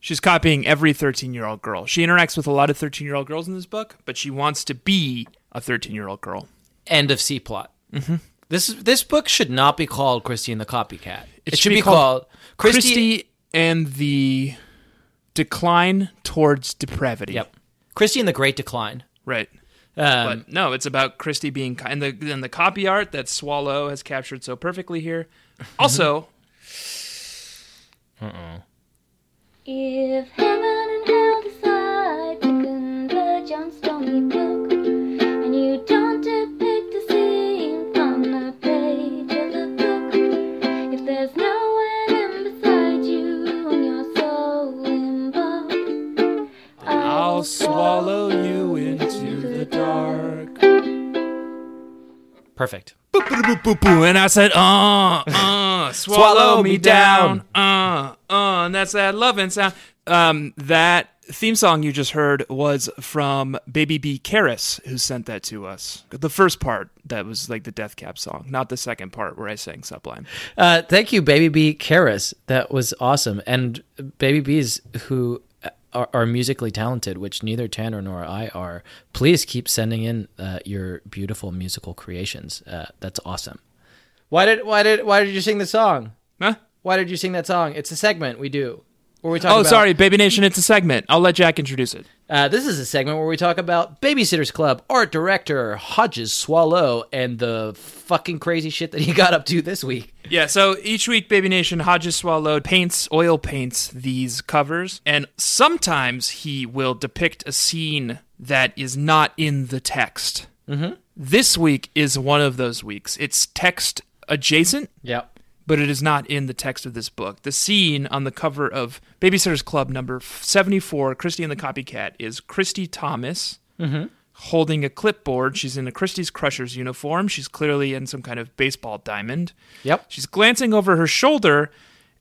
Speaker 3: She's copying every 13 year old girl. She interacts with a lot of 13 year old girls in this book, but she wants to be a 13 year old girl.
Speaker 1: End of C plot. Mm-hmm. This this book should not be called Christy and the Copycat. It,
Speaker 3: should be called
Speaker 1: Christy.
Speaker 3: Christie and the decline towards depravity.
Speaker 1: Yep. Christy and the Great Decline.
Speaker 3: Right.
Speaker 1: Um,
Speaker 3: But no, it's about Christie being kind. And the, and the copy art that Swallow has captured so perfectly here. Also,
Speaker 4: If heaven and hell decide to converge on stony brook, and you don't depict a scene from the page of the book, if there's no one in beside you and your soul involved,
Speaker 3: I'll swallow you into the dark.
Speaker 1: Perfect.
Speaker 3: Boop, boop. And I said, uh, uh, swallow me down. Uh, uh, and that's that loving sound. Um, that theme song you just heard was from Baby B. Karis, who sent that to us. The first part that was like the Death Cab song, not the second part where I sang Sublime.
Speaker 1: Uh, thank you, Baby B. Karis. That was awesome. And Baby B's, who uh, are, are musically talented, which neither Tanner nor I are, please keep sending in uh, your beautiful musical creations. Uh, that's awesome. Why did why did why did you sing the song?
Speaker 3: Huh?
Speaker 1: Why did you sing that song? It's a segment we do. Where we talk
Speaker 3: Oh,
Speaker 1: about-
Speaker 3: sorry, Baby Nation. It's a segment. I'll let Jack introduce it.
Speaker 1: Uh, this is a segment where we talk about Babysitters Club, art director Hodges Swallow, and the fucking crazy shit that he got up to this week.
Speaker 3: Yeah, so each week, Baby Nation Hodges Swallow paints, oil paints these covers, and sometimes he will depict a scene that is not in the text. Mm-hmm. This week is one of those weeks. It's text adjacent,
Speaker 1: Yep.
Speaker 3: but it is not in the text of this book. The scene on the cover of Babysitter's Club number 74, Christy and the Copycat, is Christy Thomas holding a clipboard. She's in a Christie's Crushers uniform. She's clearly in some kind of baseball diamond.
Speaker 1: Yep.
Speaker 3: She's glancing over her shoulder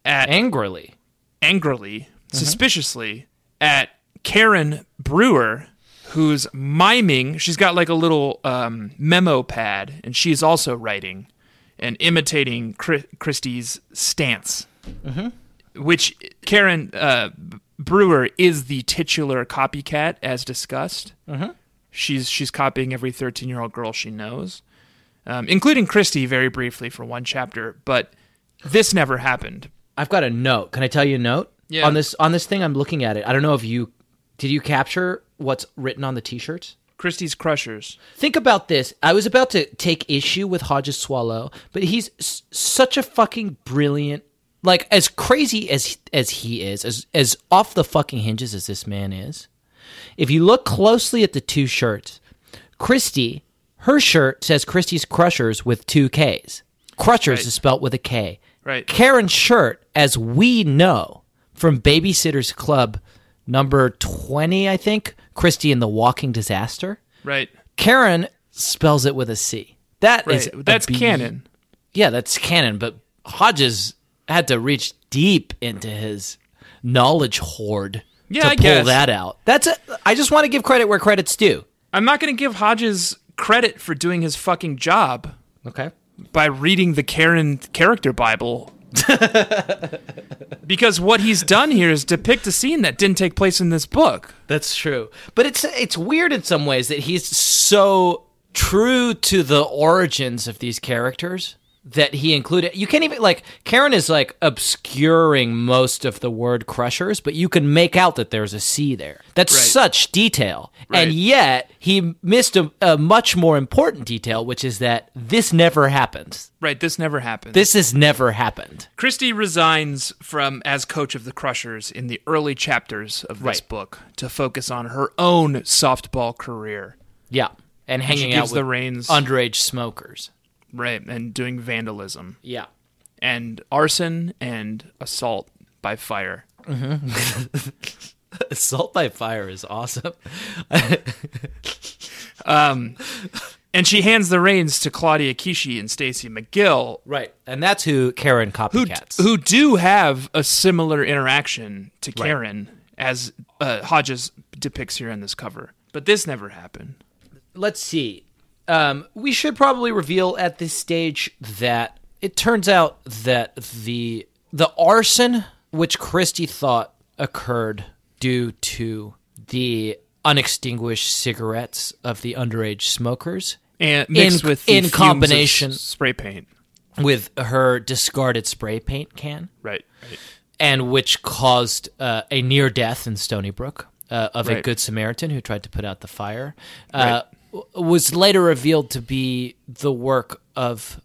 Speaker 3: at
Speaker 1: Angrily.
Speaker 3: angrily, suspiciously at Karen Brewer, who's miming. She's got like a little um, memo pad, and she's also writing and imitating Chri- Christie's stance, which Karen uh, B- Brewer is the titular copycat, as discussed. She's she's copying every thirteen year old girl she knows, um, including Christie, very briefly for one chapter. But this never happened
Speaker 1: I've got a note. Can I tell you a note?
Speaker 3: Yeah.
Speaker 1: On this on this thing I'm looking at it. I don't know if you did you capture what's written on the t-shirts?
Speaker 3: Christie's Crushers.
Speaker 1: Think about this. I was about to take issue with Hodges Swallow, but he's s- such a fucking brilliant like as crazy as as he is, as as off the fucking hinges as this man is. If you look closely at the two shirts, Christy, her shirt says Christie's Crushers with two K's. Crushers
Speaker 3: Right.
Speaker 1: is spelt with a K.
Speaker 3: Right.
Speaker 1: Karen's shirt, as we know from Babysitter's Club number 20, I think, Christy and the Walking Disaster,
Speaker 3: Right.
Speaker 1: Karen spells it with a C. That is
Speaker 3: Right. That's
Speaker 1: a B-
Speaker 3: canon.
Speaker 1: Yeah, that's canon, but Hodges had to reach deep into his knowledge hoard
Speaker 3: Yeah,
Speaker 1: to
Speaker 3: I
Speaker 1: pull
Speaker 3: guess.
Speaker 1: that out. That's a, I just want to give credit where credit's due.
Speaker 3: I'm not going to give Hodges credit for doing his fucking job
Speaker 1: Okay.
Speaker 3: by reading the Karen character Bible. because what he's done here is depict a scene that didn't take place in this book.
Speaker 1: That's true. But it's it's weird in some ways that he's so true to the origins of these characters that he included. You can't even like Karen is like obscuring most of the word crushers, but you can make out that there's a C there. That's
Speaker 3: Right.
Speaker 1: such detail.
Speaker 3: Right.
Speaker 1: And yet he missed a, a much more important detail, which is that this never happened.
Speaker 3: Right, this never happened.
Speaker 1: This has never happened.
Speaker 3: Christie resigns from as coach of the Crushers in the early chapters of this
Speaker 1: Right.
Speaker 3: book to focus on her own softball career.
Speaker 1: Yeah. And
Speaker 3: she
Speaker 1: hanging out
Speaker 3: gives
Speaker 1: with
Speaker 3: the reins-
Speaker 1: underage smokers.
Speaker 3: Right, and doing vandalism
Speaker 1: Yeah.
Speaker 3: and arson and assault by fire.
Speaker 1: Assault by fire is awesome.
Speaker 3: And she hands the reins to Claudia Kishi and Stacy McGill,
Speaker 1: Right, and that's who Karen
Speaker 3: who,
Speaker 1: copycats.
Speaker 3: who do have a similar interaction to Karen as uh, Hodges depicts here on this cover. But this never happened.
Speaker 1: Let's see. Um, we should probably reveal at this stage that it turns out that the the arson, which Christie thought occurred due to the unextinguished cigarettes of the underage smokers,
Speaker 3: And mixed
Speaker 1: In-
Speaker 3: with the
Speaker 1: in
Speaker 3: fumes of
Speaker 1: combination-
Speaker 3: s- spray paint.
Speaker 1: with her discarded spray paint can,
Speaker 3: Right. right.
Speaker 1: and which caused uh, a near death in Stony Brook uh, of a
Speaker 3: Right.
Speaker 1: good Samaritan who tried to put out the fire, uh, w- was later revealed to be the work of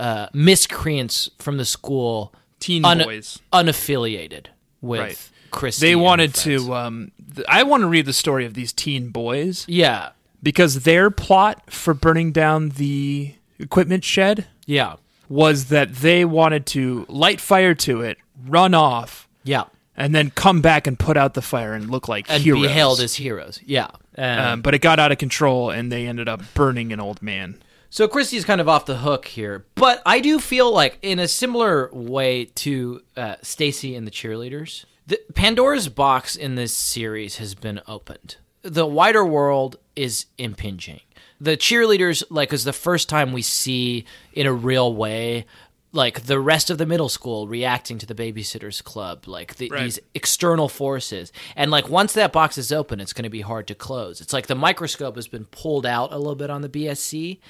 Speaker 1: uh, miscreants from the school,
Speaker 3: Teen boys.
Speaker 1: unaffiliated with
Speaker 3: Right.
Speaker 1: Christie.
Speaker 3: They
Speaker 1: and her
Speaker 3: wanted
Speaker 1: friends.
Speaker 3: to. Um, th- I want to read the story of these teen boys
Speaker 1: yeah,
Speaker 3: because their plot for burning down the equipment shed
Speaker 1: yeah,
Speaker 3: was that they wanted to light fire to it, run off,
Speaker 1: yeah,
Speaker 3: and then come back and put out the fire and look like
Speaker 1: and
Speaker 3: heroes.
Speaker 1: be hailed as heroes. Yeah. Um,
Speaker 3: um, but it got out of control, and they ended up burning an old man.
Speaker 1: So Christie's kind of off the hook here, but I do feel like, in a similar way to uh, Stacy and the cheerleaders, the Pandora's box in this series has been opened. The wider world is impinging. The cheerleaders, like, is the first time we see in a real way, like the rest of the middle school reacting to the babysitters club, like the,
Speaker 3: Right.
Speaker 1: these external forces. And like once that box is open, it's going to be hard to close. It's like the microscope has been pulled out a little bit on the BSC,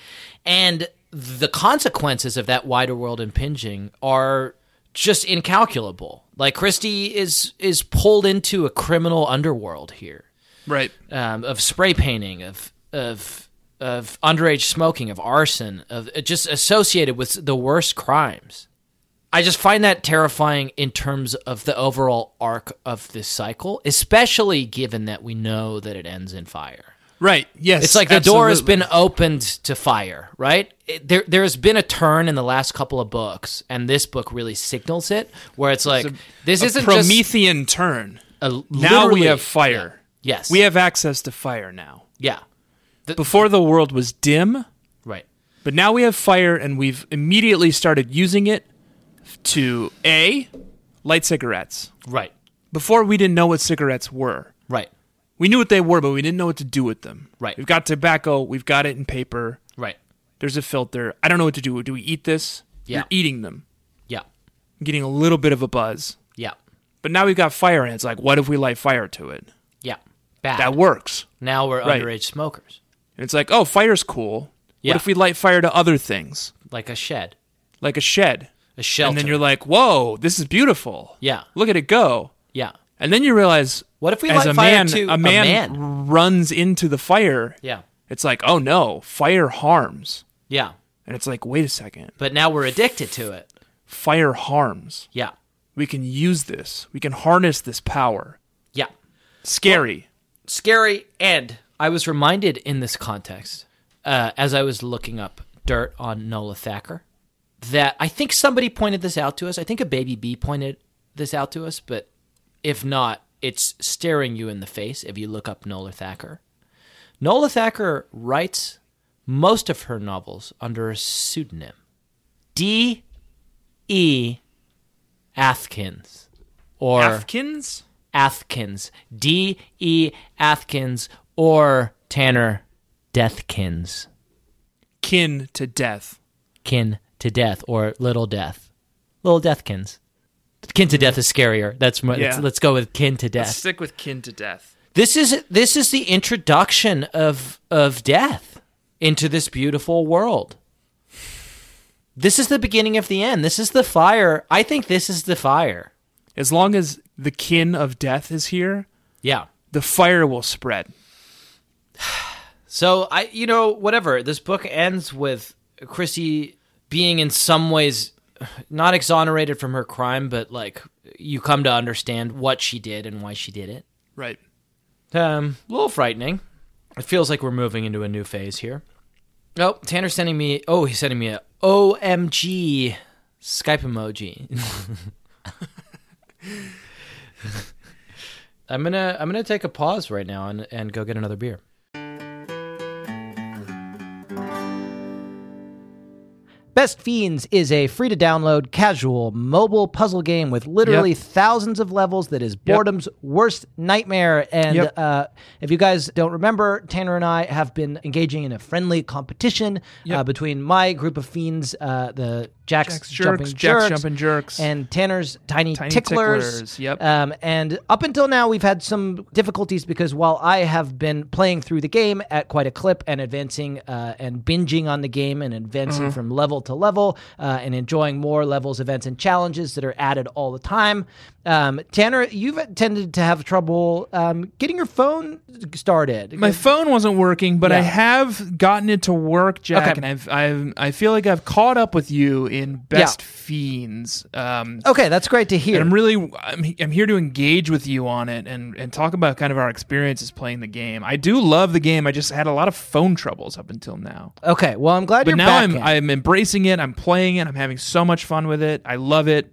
Speaker 1: and the consequences of that wider world impinging are just incalculable. Like Christie is is pulled into a criminal underworld here
Speaker 3: Right.
Speaker 1: um, of spray painting, of of of underage smoking, of arson, of uh, just associated with the worst crimes. I just find that terrifying in terms of the overall arc of this cycle, especially given that we know that it ends in fire.
Speaker 3: Right. Yes.
Speaker 1: It's like the door has
Speaker 3: absolutely.
Speaker 1: been opened to fire, right? It- there, there has been a turn in the last couple of books, and this book really signals it, where it's like this
Speaker 3: a
Speaker 1: isn't just
Speaker 3: Promethean turn.
Speaker 1: a,
Speaker 3: Now we
Speaker 1: literally-
Speaker 3: have fire.
Speaker 1: Yes,
Speaker 3: We have access to fire now.
Speaker 1: yeah,
Speaker 3: Before the world was dim,
Speaker 1: right,
Speaker 3: but now we have fire and we've immediately started using it to A, light cigarettes.
Speaker 1: right,
Speaker 3: Before we didn't know what cigarettes were.
Speaker 1: right,
Speaker 3: We knew what they were, but we didn't know what to do with them.
Speaker 1: Right.
Speaker 3: We've got tobacco, we've got it in paper.
Speaker 1: right,
Speaker 3: There's a filter. I don't know what to do. Do we eat this?
Speaker 1: Yeah.
Speaker 3: You're eating them.
Speaker 1: yeah,
Speaker 3: getting a little bit of a buzz.
Speaker 1: yeah.
Speaker 3: But now we've got fire and it's like, what if we light fire to it?
Speaker 1: Yeah. Bad.
Speaker 3: That works.
Speaker 1: now we're
Speaker 3: Right.
Speaker 1: underage smokers,
Speaker 3: And it's like, oh, fire's cool.
Speaker 1: Yeah.
Speaker 3: What if we light fire to other things?
Speaker 1: like a shed,
Speaker 3: Like a shed.
Speaker 1: a shelter.
Speaker 3: And then you're like, whoa, this is beautiful.
Speaker 1: Yeah.
Speaker 3: Look at it go.
Speaker 1: yeah,
Speaker 3: And then you realize
Speaker 1: What if we
Speaker 3: as
Speaker 1: light
Speaker 3: a
Speaker 1: fire
Speaker 3: man,
Speaker 1: to
Speaker 3: a
Speaker 1: a
Speaker 3: man,
Speaker 1: man?
Speaker 3: runs into the fire.
Speaker 1: yeah,
Speaker 3: It's like, oh no, fire harms.
Speaker 1: yeah.
Speaker 3: And it's like, wait a second.
Speaker 1: But now we're addicted to it.
Speaker 3: Fire harms.
Speaker 1: Yeah,
Speaker 3: We can use this. We can harness this power.
Speaker 1: yeah.
Speaker 3: Scary.
Speaker 1: Scary. And I was reminded in this context, uh, as I was looking up dirt on Nola Thacker, that I think somebody pointed this out to us. I think a baby bee pointed this out to us, but if not, it's staring you in the face if you look up Nola Thacker. Nola Thacker writes most of her novels under a pseudonym D E
Speaker 5: Athkins or
Speaker 3: Afkins?
Speaker 5: Athkins, D E Athkins or Tanner Deathkins,
Speaker 3: Kin to death.
Speaker 5: kin to death or little death, little Deathkins. Kin to death is scarier. That's my, let's,
Speaker 3: Yeah.
Speaker 5: let's go with kin to
Speaker 3: Let's
Speaker 5: death.
Speaker 3: stick with kin to death.
Speaker 5: This is this is the introduction of of death into this beautiful world. This is the beginning of the end. This is the fire. I think this is the fire.
Speaker 3: As long as the kin of death is here,
Speaker 5: Yeah.
Speaker 3: the fire will spread.
Speaker 5: So I, you know, whatever. This book ends with Chrissy being in some ways not exonerated from her crime, but like you come to understand what she did and why she did it.
Speaker 3: Right.
Speaker 5: Um, a little frightening. It feels like we're moving into a new phase here. Oh, Tanner's sending me. Oh, he's sending me a OMG Skype emoji. I'm gonna I'm gonna take a pause right now and, and go get another beer.
Speaker 1: Best Fiends is a free to download casual mobile puzzle game with literally
Speaker 3: Yep.
Speaker 1: thousands of levels that is boredom's worst nightmare. And
Speaker 3: Yep.
Speaker 1: uh, if you guys don't remember, Tanner and I have been engaging in a friendly competition uh, between my group of fiends, uh, the Jack's,
Speaker 3: Jack's Jerks,
Speaker 1: Jumping
Speaker 3: Jack's
Speaker 1: Jerks,
Speaker 3: Jumping Jerks.
Speaker 1: and Tanner's Tiny,
Speaker 3: Tiny
Speaker 1: Ticklers.
Speaker 3: Ticklers, yep.
Speaker 1: Um, and up until now, we've had some difficulties because while I have been playing through the game at quite a clip and advancing uh, and binging on the game and
Speaker 3: Mm-hmm.
Speaker 1: advancing from level to level uh, and enjoying more levels, events, and challenges that are added all the time, um, Tanner, you've tended to have trouble um, getting your phone started.
Speaker 3: My phone wasn't working, but I
Speaker 1: Yeah.
Speaker 3: have gotten it to work, Jack,
Speaker 1: Okay.
Speaker 3: and I've, I've I feel like I've caught up with you in Best Fiends. Um,
Speaker 1: okay, that's great to hear.
Speaker 3: and I'm really I'm, I'm here to engage with you on it and and talk about kind of our experiences playing the game. I do love the game. I just had a lot of phone troubles up until now.
Speaker 1: okay, well, I'm glad
Speaker 3: But
Speaker 1: you're
Speaker 3: now
Speaker 1: back
Speaker 3: I'm
Speaker 1: at it.
Speaker 3: I'm embracing it. I'm playing it. I'm having so much fun with it. I love it.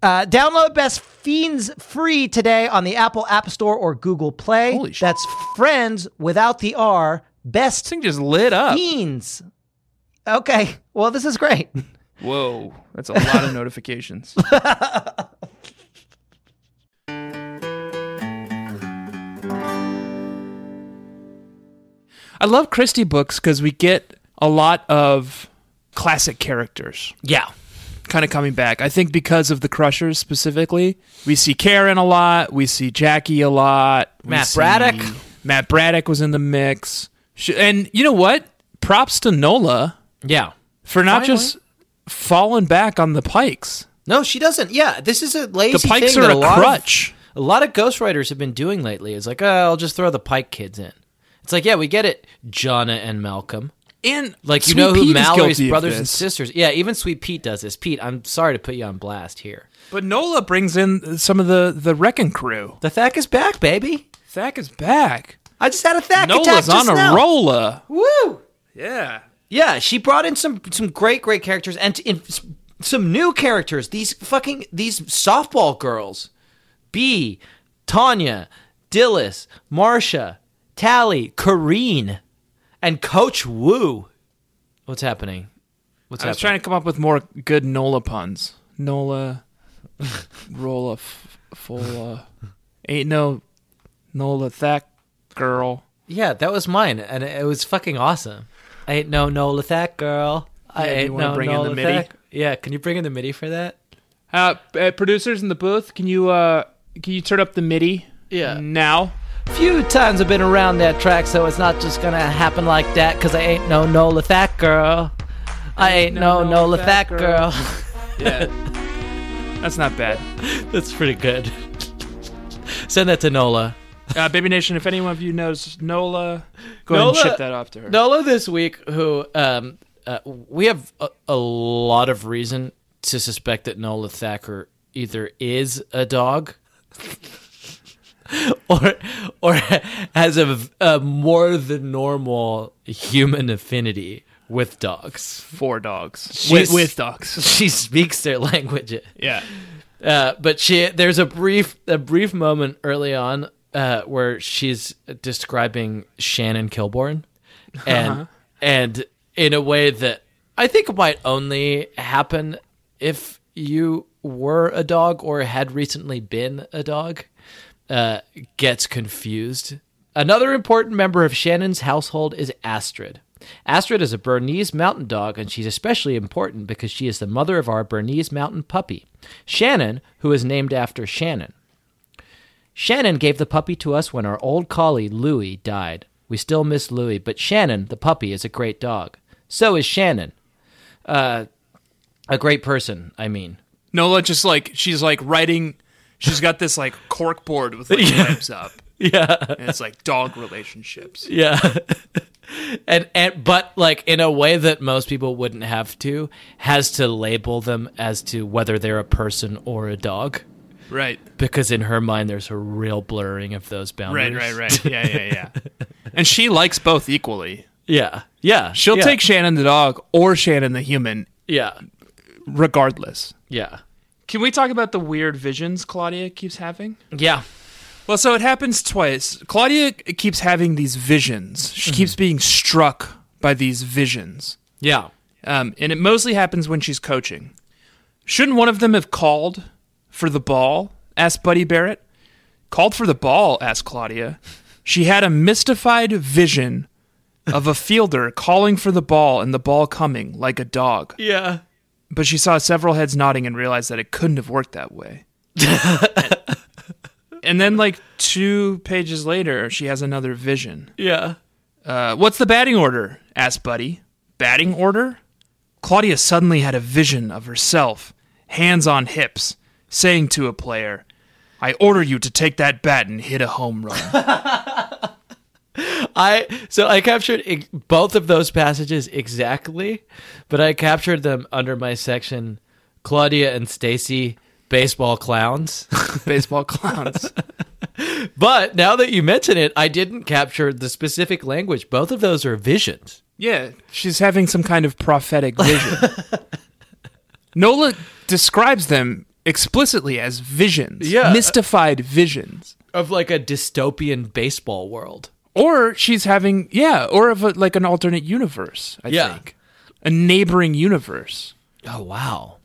Speaker 1: Uh, download Best Fiends free today on the Apple App Store or Google Play.
Speaker 3: Holy sh-
Speaker 1: That's friends without the R.
Speaker 3: This
Speaker 1: Best
Speaker 3: thing just lit up.
Speaker 1: Fiends. Okay. Well, this is great.
Speaker 3: Whoa, that's a lot of notifications. I love Christie books because we get a lot of classic characters
Speaker 5: Yeah.
Speaker 3: kind of coming back. I think because of the Crushers specifically, we see Karen a lot, we see Jackie a lot, we
Speaker 5: Matt
Speaker 3: see
Speaker 5: Braddock.
Speaker 3: Matt Braddock was in the mix. Sh and you know what? Props to Nola
Speaker 1: Yeah.
Speaker 3: for not
Speaker 1: Finally.
Speaker 3: just falling back on the pikes.
Speaker 1: No, she doesn't. Yeah, this is a lazy
Speaker 3: The pikes
Speaker 1: thing
Speaker 3: are
Speaker 1: that
Speaker 3: a
Speaker 1: lot
Speaker 3: crutch.
Speaker 1: Of, a lot of ghostwriters have been doing lately. It's like, oh, I'll just throw the Pike kids in. It's like, yeah, we get it, Jonna and Malcolm.
Speaker 3: and
Speaker 1: Like you
Speaker 3: Sweet
Speaker 1: know who
Speaker 3: Pete is
Speaker 1: Mallory's
Speaker 3: guilty of
Speaker 1: brothers and
Speaker 3: this.
Speaker 1: sisters. Yeah, even Sweet Pete does this. Pete, I'm sorry to put you on blast here.
Speaker 3: But Nola brings in some of the the wrecking crew.
Speaker 1: The Thack is back, baby.
Speaker 3: Thack is back.
Speaker 1: I just had a Thack attack
Speaker 3: Nola's
Speaker 1: just
Speaker 3: on a
Speaker 1: now.
Speaker 3: roller.
Speaker 1: Woo!
Speaker 3: Yeah.
Speaker 1: Yeah, she brought in some some great great characters and t- in, s- some new characters. These fucking these softball girls, B, Tanya, Dillis, Marsha, Tally, Kareen, and Coach Wu. What's happening? What's
Speaker 3: I was
Speaker 1: happening?
Speaker 3: trying to come up with more good Nola puns. Nola, Rolla, f- Fola. Ain't no Nola Thack girl.
Speaker 1: yeah, that was mine, and it, it was fucking awesome. I ain't no Nola Thack girl. I
Speaker 3: Yeah, do you
Speaker 1: ain't
Speaker 3: wanna
Speaker 1: no
Speaker 3: bring in the
Speaker 1: Nola
Speaker 3: MIDI?
Speaker 1: Thack. Yeah, can you bring in the MIDI for that?
Speaker 3: Uh, uh, producers in the booth, can you uh, can you turn up the MIDI?
Speaker 1: Yeah.
Speaker 3: Now.
Speaker 1: few times I've been around that track, so it's not just gonna happen like that, 'cause I ain't no Nola Thack girl. I ain't no Nola Thack girl.
Speaker 3: Yeah. That's not bad.
Speaker 1: That's pretty good. Send that to Nola.
Speaker 3: Uh, Baby Nation, if anyone of you knows Nola, go ahead
Speaker 1: Nola-
Speaker 3: and ship that off to her.
Speaker 1: Nola this week, who um, uh, we have a, a lot of reason to suspect that Nola Thacker either is a dog or or has a, v- a more than normal human affinity with dogs.
Speaker 3: Four dogs.
Speaker 1: She's-
Speaker 3: With, with dogs.
Speaker 1: She speaks their language.
Speaker 3: Yeah.
Speaker 1: Uh, but she there's a brief a brief moment early on uh, where she's describing Shannon Kilborn, and and in a way that I think might only happen if you were a dog or had recently been a dog, uh, gets confused. Another important member of Shannon's household is Astrid. Astrid is a Bernese mountain dog, and she's especially important because she is the mother of our Bernese mountain puppy, Shannon, who is named after Shannon. Shannon gave the puppy to us when our old collie, Louie, died. We still miss Louie, but Shannon, the puppy, is a great dog. So is Shannon. Uh, a great person, I mean.
Speaker 3: Nola just like she's like writing. She's got this like cork board with like webs up.
Speaker 1: Yeah.
Speaker 3: And it's like dog relationships.
Speaker 1: Yeah. and and but like in a way that most people wouldn't have to has to label them as to whether they're a person or a dog
Speaker 3: Right.
Speaker 1: because in her mind there's a real blurring of those boundaries.
Speaker 3: Right. Right. Right. Yeah. Yeah. Yeah. and she likes both equally.
Speaker 1: Yeah. Yeah.
Speaker 3: She'll
Speaker 1: yeah,
Speaker 3: take Shannon the dog or Shannon the human,
Speaker 1: Yeah.
Speaker 3: regardless.
Speaker 1: Yeah.
Speaker 3: Can we talk about the weird visions Claudia keeps having?
Speaker 1: Yeah.
Speaker 3: Well, so it happens twice. Claudia keeps having these visions. She keeps being struck by these visions.
Speaker 1: Yeah.
Speaker 3: Um, and it mostly happens when she's coaching. Shouldn't one of them have called for the ball? asked Buddy Barrett. Called for the ball, asked Claudia. She had a mystified vision of a fielder calling for the ball and the ball coming like a dog.
Speaker 1: Yeah.
Speaker 3: But she saw several heads nodding and realized that it couldn't have worked that way. and then, like two pages later, she has another vision.
Speaker 1: Yeah.
Speaker 3: Uh, what's the batting order? asked Buddy. Batting order? Claudia suddenly had a vision of herself, hands on hips, saying to a player, I order you to take that bat and hit a home run.
Speaker 1: I so I captured ex- both of those passages exactly, but I captured them under my section Claudia and Stacy baseball clowns.
Speaker 3: Baseball clowns.
Speaker 1: but now that you mention it, I didn't capture the specific language. Both of those are visions.
Speaker 3: Yeah, she's having some kind of prophetic vision. Nola describes them explicitly as visions,
Speaker 1: Yeah.
Speaker 3: mystified visions.
Speaker 1: Of like a dystopian baseball world.
Speaker 3: Or she's having, yeah, or of a, like an alternate universe, I
Speaker 1: Yeah.
Speaker 3: think. A neighboring universe.
Speaker 1: Oh wow.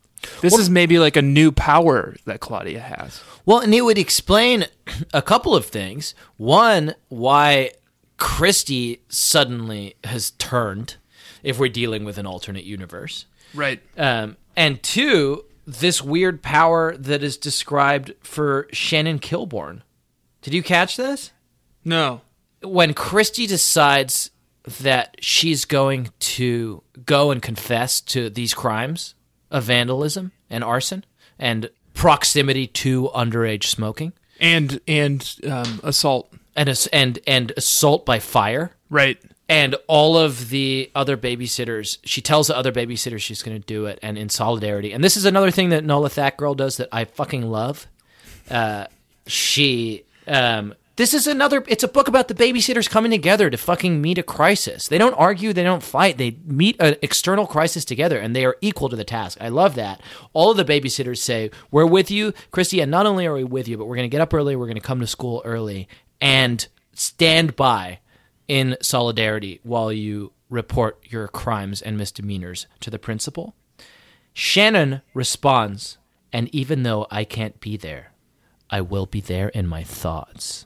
Speaker 3: This is maybe like a new power that Claudia has.
Speaker 1: Well, and it would explain a couple of things. One, why Christie suddenly has turned if we're dealing with an alternate universe.
Speaker 3: Right.
Speaker 1: Um, and two, this weird power that is described for Shannon Kilborn. Did you catch this?
Speaker 3: No.
Speaker 1: when Christy decides that she's going to go and confess to these crimes of vandalism and arson and proximity to underage smoking
Speaker 3: and and um, assault.
Speaker 1: and ass- and and assault by fire
Speaker 3: Right.
Speaker 1: and all of the other babysitters she tells the other babysitters she's going to do it and in solidarity and this is another thing that nola that girl does that i fucking love uh, she um, this is another it's a book about the babysitters coming together to fucking meet a crisis they don't argue they don't fight they meet an external crisis together and they are equal to the task i love that all of the babysitters say we're with you christy and not only are we with you but we're going to get up early we're going to come to school early and stand by in solidarity while you report your crimes and misdemeanors to the principal. Shannon responds, and even though I can't be there, I will be there in my thoughts.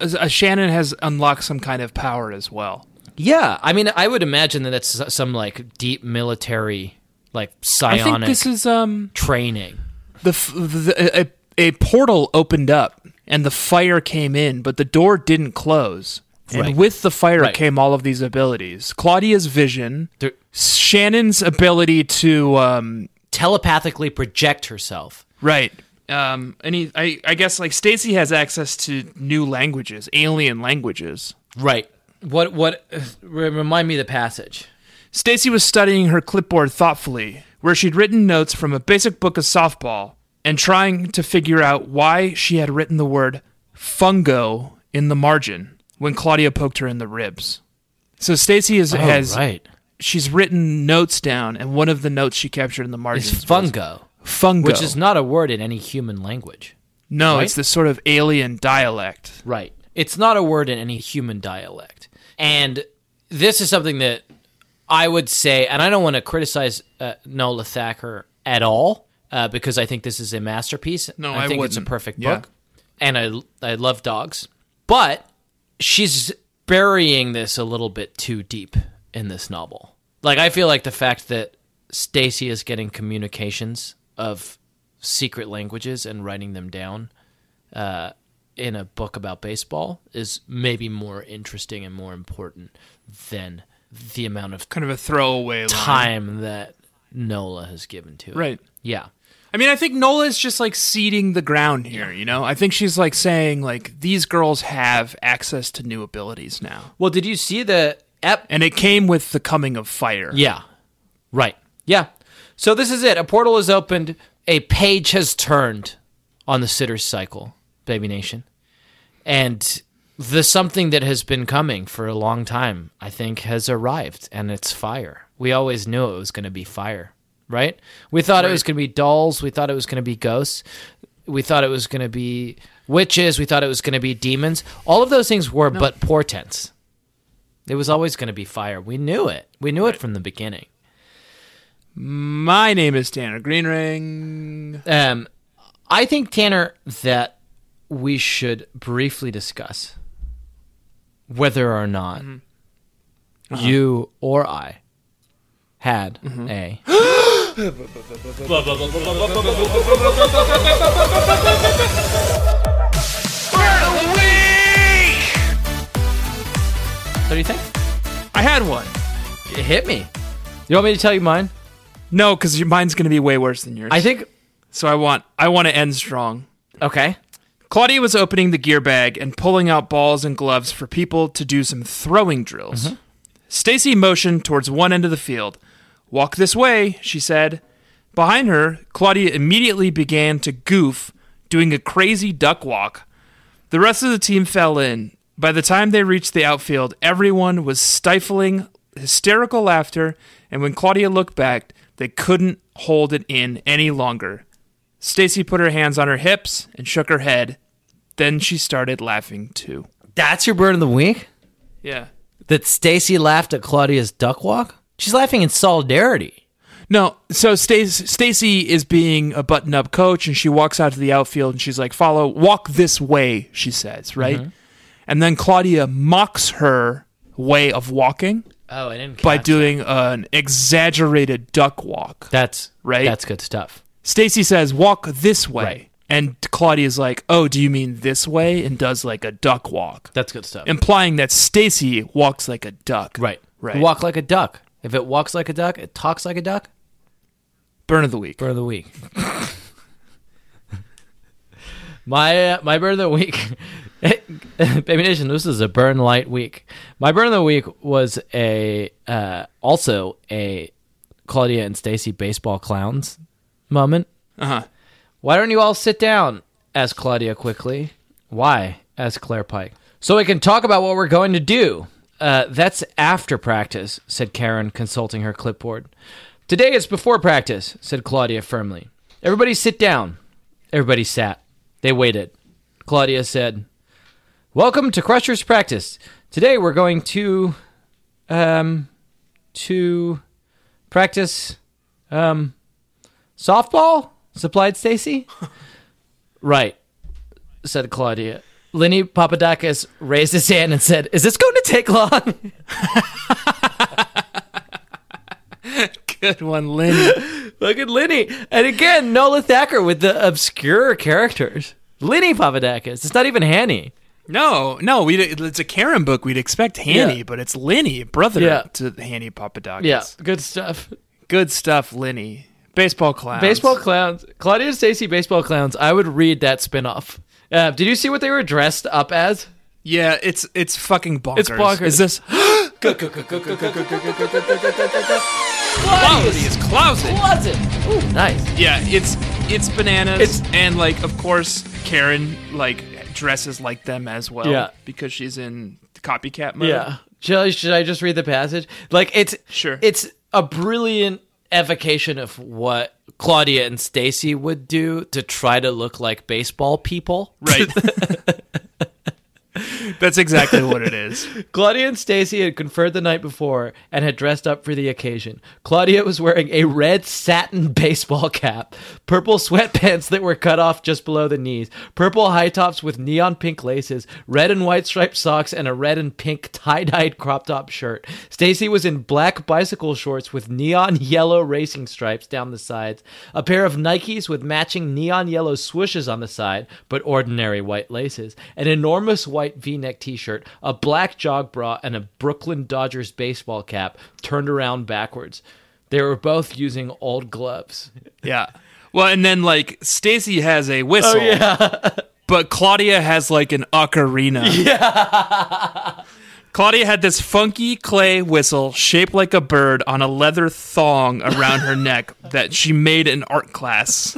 Speaker 3: Uh, Shannon has unlocked some kind of power as well.
Speaker 1: Yeah, I mean, I would imagine that that's some like deep military, like psionic
Speaker 3: I think this is um
Speaker 1: training.
Speaker 3: the, f- the a, a portal opened up and the fire came in, but the door didn't close.
Speaker 1: Right.
Speaker 3: And with the fire
Speaker 1: Right.
Speaker 3: came all of these abilities: Claudia's vision,
Speaker 1: There-
Speaker 3: Shannon's ability to um,
Speaker 1: telepathically project herself.
Speaker 3: Right. Um, and he, I, I guess like Stacy has access to new languages, alien languages.
Speaker 1: Right. What? What? uh, Remind me the passage.
Speaker 3: Stacy was studying her clipboard thoughtfully, where she'd written notes from a basic book of softball and trying to figure out why she had written the word fungo in the margin when Claudia poked her in the ribs. So Stacy is, has
Speaker 1: Oh, right.
Speaker 3: she's written notes down, and one of the notes she captured in the margin
Speaker 1: It's fungo,
Speaker 3: fungo,
Speaker 1: which is not a word in any human language.
Speaker 3: no, it's
Speaker 1: right?
Speaker 3: this sort of alien dialect.
Speaker 1: Right. It's not a word in any human dialect. And this is something that I would say, and I don't want to criticize uh, Nola Thacker at all, uh, because I think this is a masterpiece.
Speaker 3: No,
Speaker 1: I
Speaker 3: I
Speaker 1: think it's a
Speaker 3: wouldn't.
Speaker 1: perfect
Speaker 3: Yeah.
Speaker 1: book. And I, I love dogs. But she's burying this a little bit too deep in this novel. Like, I feel like the fact that Stacy is getting communications of secret languages and writing them down in a book about baseball is maybe more interesting and more important than the amount of
Speaker 3: Kind of a throwaway line.
Speaker 1: time that Nola has given to it.
Speaker 3: Right.
Speaker 1: Yeah.
Speaker 3: I mean, I think Nola is just like seeding the ground here, you know? I think she's like saying, like, these girls have access to new abilities now.
Speaker 1: Well, did you see the ep
Speaker 3: And it came with the coming of fire.
Speaker 1: Yeah. Right. Yeah. So this is it. A portal is opened. A page has turned on the sitter's cycle, Baby Nation. And the something that has been coming for a long time, I think, has arrived, and it's fire. We always knew it was going to be fire, right? We thought it was going to be dolls. We thought it was going to be ghosts. We thought it was going to be witches. We thought it was going to be demons. All of those things were but portents. It was always going to be fire. We knew it. We knew it from the beginning.
Speaker 3: My name is Tanner Greenring.
Speaker 1: Um, I think Tanner that we should briefly discuss whether or not you or I had a What do you think?
Speaker 3: I had one.
Speaker 1: It hit me. You want me to tell you mine?
Speaker 3: No, because mine's going to be way worse than yours.
Speaker 1: I think.
Speaker 3: so I want, I want to end strong.
Speaker 1: Okay.
Speaker 3: Claudia was opening the gear bag and pulling out balls and gloves for people to do some throwing drills. Stacy motioned towards one end of the field. Walk this way, she said. Behind her, Claudia immediately began to goof, doing a crazy duck walk. The rest of the team fell in. By the time they reached the outfield, everyone was stifling hysterical laughter, and when Claudia looked back, they couldn't hold it in any longer. Stacy put her hands on her hips and shook her head. Then she started laughing too.
Speaker 1: That's your bird of the week?
Speaker 3: Yeah.
Speaker 1: That Stacy laughed at Claudia's duck walk? She's laughing in solidarity.
Speaker 3: No, so Stace- Stacy is being a button-up coach and she walks out to the outfield and she's like, "Follow, walk this way," she says, right? And then Claudia mocks her way of walking
Speaker 1: Oh, I didn't.
Speaker 3: by doing an exaggerated duck walk.
Speaker 1: That's
Speaker 3: Right?
Speaker 1: That's good stuff.
Speaker 3: Stacy says, "Walk this way."
Speaker 1: Right.
Speaker 3: And Claudia's like, "Oh, do you mean this way?" and does like a duck walk,
Speaker 1: That's good stuff.
Speaker 3: implying that Stacy walks like a duck.
Speaker 1: right.
Speaker 3: Right.
Speaker 1: Walk like a duck. If it walks like a duck, it talks like a duck.
Speaker 3: Burn of the week.
Speaker 1: Bird of the week. my uh, my bird of the week. Baby Nation, this is a burn light week. My burn of the week was a uh, also a Claudia and Stacy baseball clowns moment.
Speaker 3: Uh huh.
Speaker 1: Why don't you all sit down? asked Claudia quickly. Why? asked Claire Pike. So we can talk about what we're going to do. Uh, that's after practice, said Karen, consulting her clipboard. Today is before practice, said Claudia firmly. Everybody sit down. Everybody sat. They waited. Claudia said, Welcome to Crusher's practice. Today we're going to, um, to practice, um, softball? supplied Stacy. right, said Claudia. Lenny Papadakis raised his hand and said, Is this going to take long?
Speaker 3: Good one, Lynn.
Speaker 1: Look at Lenny. And again, Nola Thacker with the obscure characters. Lenny Papadakis. It's not even Hanny.
Speaker 3: no, no, we it's a Karen book. We'd expect Hanny,
Speaker 1: Yeah.
Speaker 3: but it's Linny, brother
Speaker 1: Yeah.
Speaker 3: to Hanny Papadakis.
Speaker 1: Yeah, good stuff.
Speaker 3: Good stuff, Linny. Baseball clowns.
Speaker 1: Baseball clowns. Claudia and Stacy, baseball clowns. I would read that spinoff. Uh, did you see what they were dressed up as?
Speaker 3: Yeah, it's it's fucking bonkers.
Speaker 1: It's bonkers.
Speaker 3: Is this quality is closet?
Speaker 1: Closet. Ooh, nice.
Speaker 3: Yeah, it's it's bananas.
Speaker 1: It's-
Speaker 3: and like of course Karen like dresses like them as well.
Speaker 1: Yeah.
Speaker 3: because she's in copycat mode.
Speaker 1: Yeah. Should I, should I just read the passage? Like it's
Speaker 3: Sure.
Speaker 1: It's a brilliant evocation of what Claudia and Stacy would do to try to look like baseball people.
Speaker 3: right. That's exactly what it is.
Speaker 1: Claudia and Stacy had conferred the night before and had dressed up for the occasion. Claudia was wearing a red satin baseball cap, purple sweatpants that were cut off just below the knees, purple high tops with neon pink laces, red and white striped socks, and a red and pink tie-dyed crop top shirt. Stacy was in black bicycle shorts with neon yellow racing stripes down the sides, a pair of Nikes with matching neon yellow swooshes on the side, but ordinary white laces, an enormous white v neck t shirt, a black jog bra, and a Brooklyn Dodgers baseball cap turned around backwards. They were both using old gloves.
Speaker 3: Yeah. Well, and then like Stacy has a whistle. but Claudia has like an ocarina. Yeah. Claudia had this funky clay whistle shaped like a bird on a leather thong around her neck that she made in art class.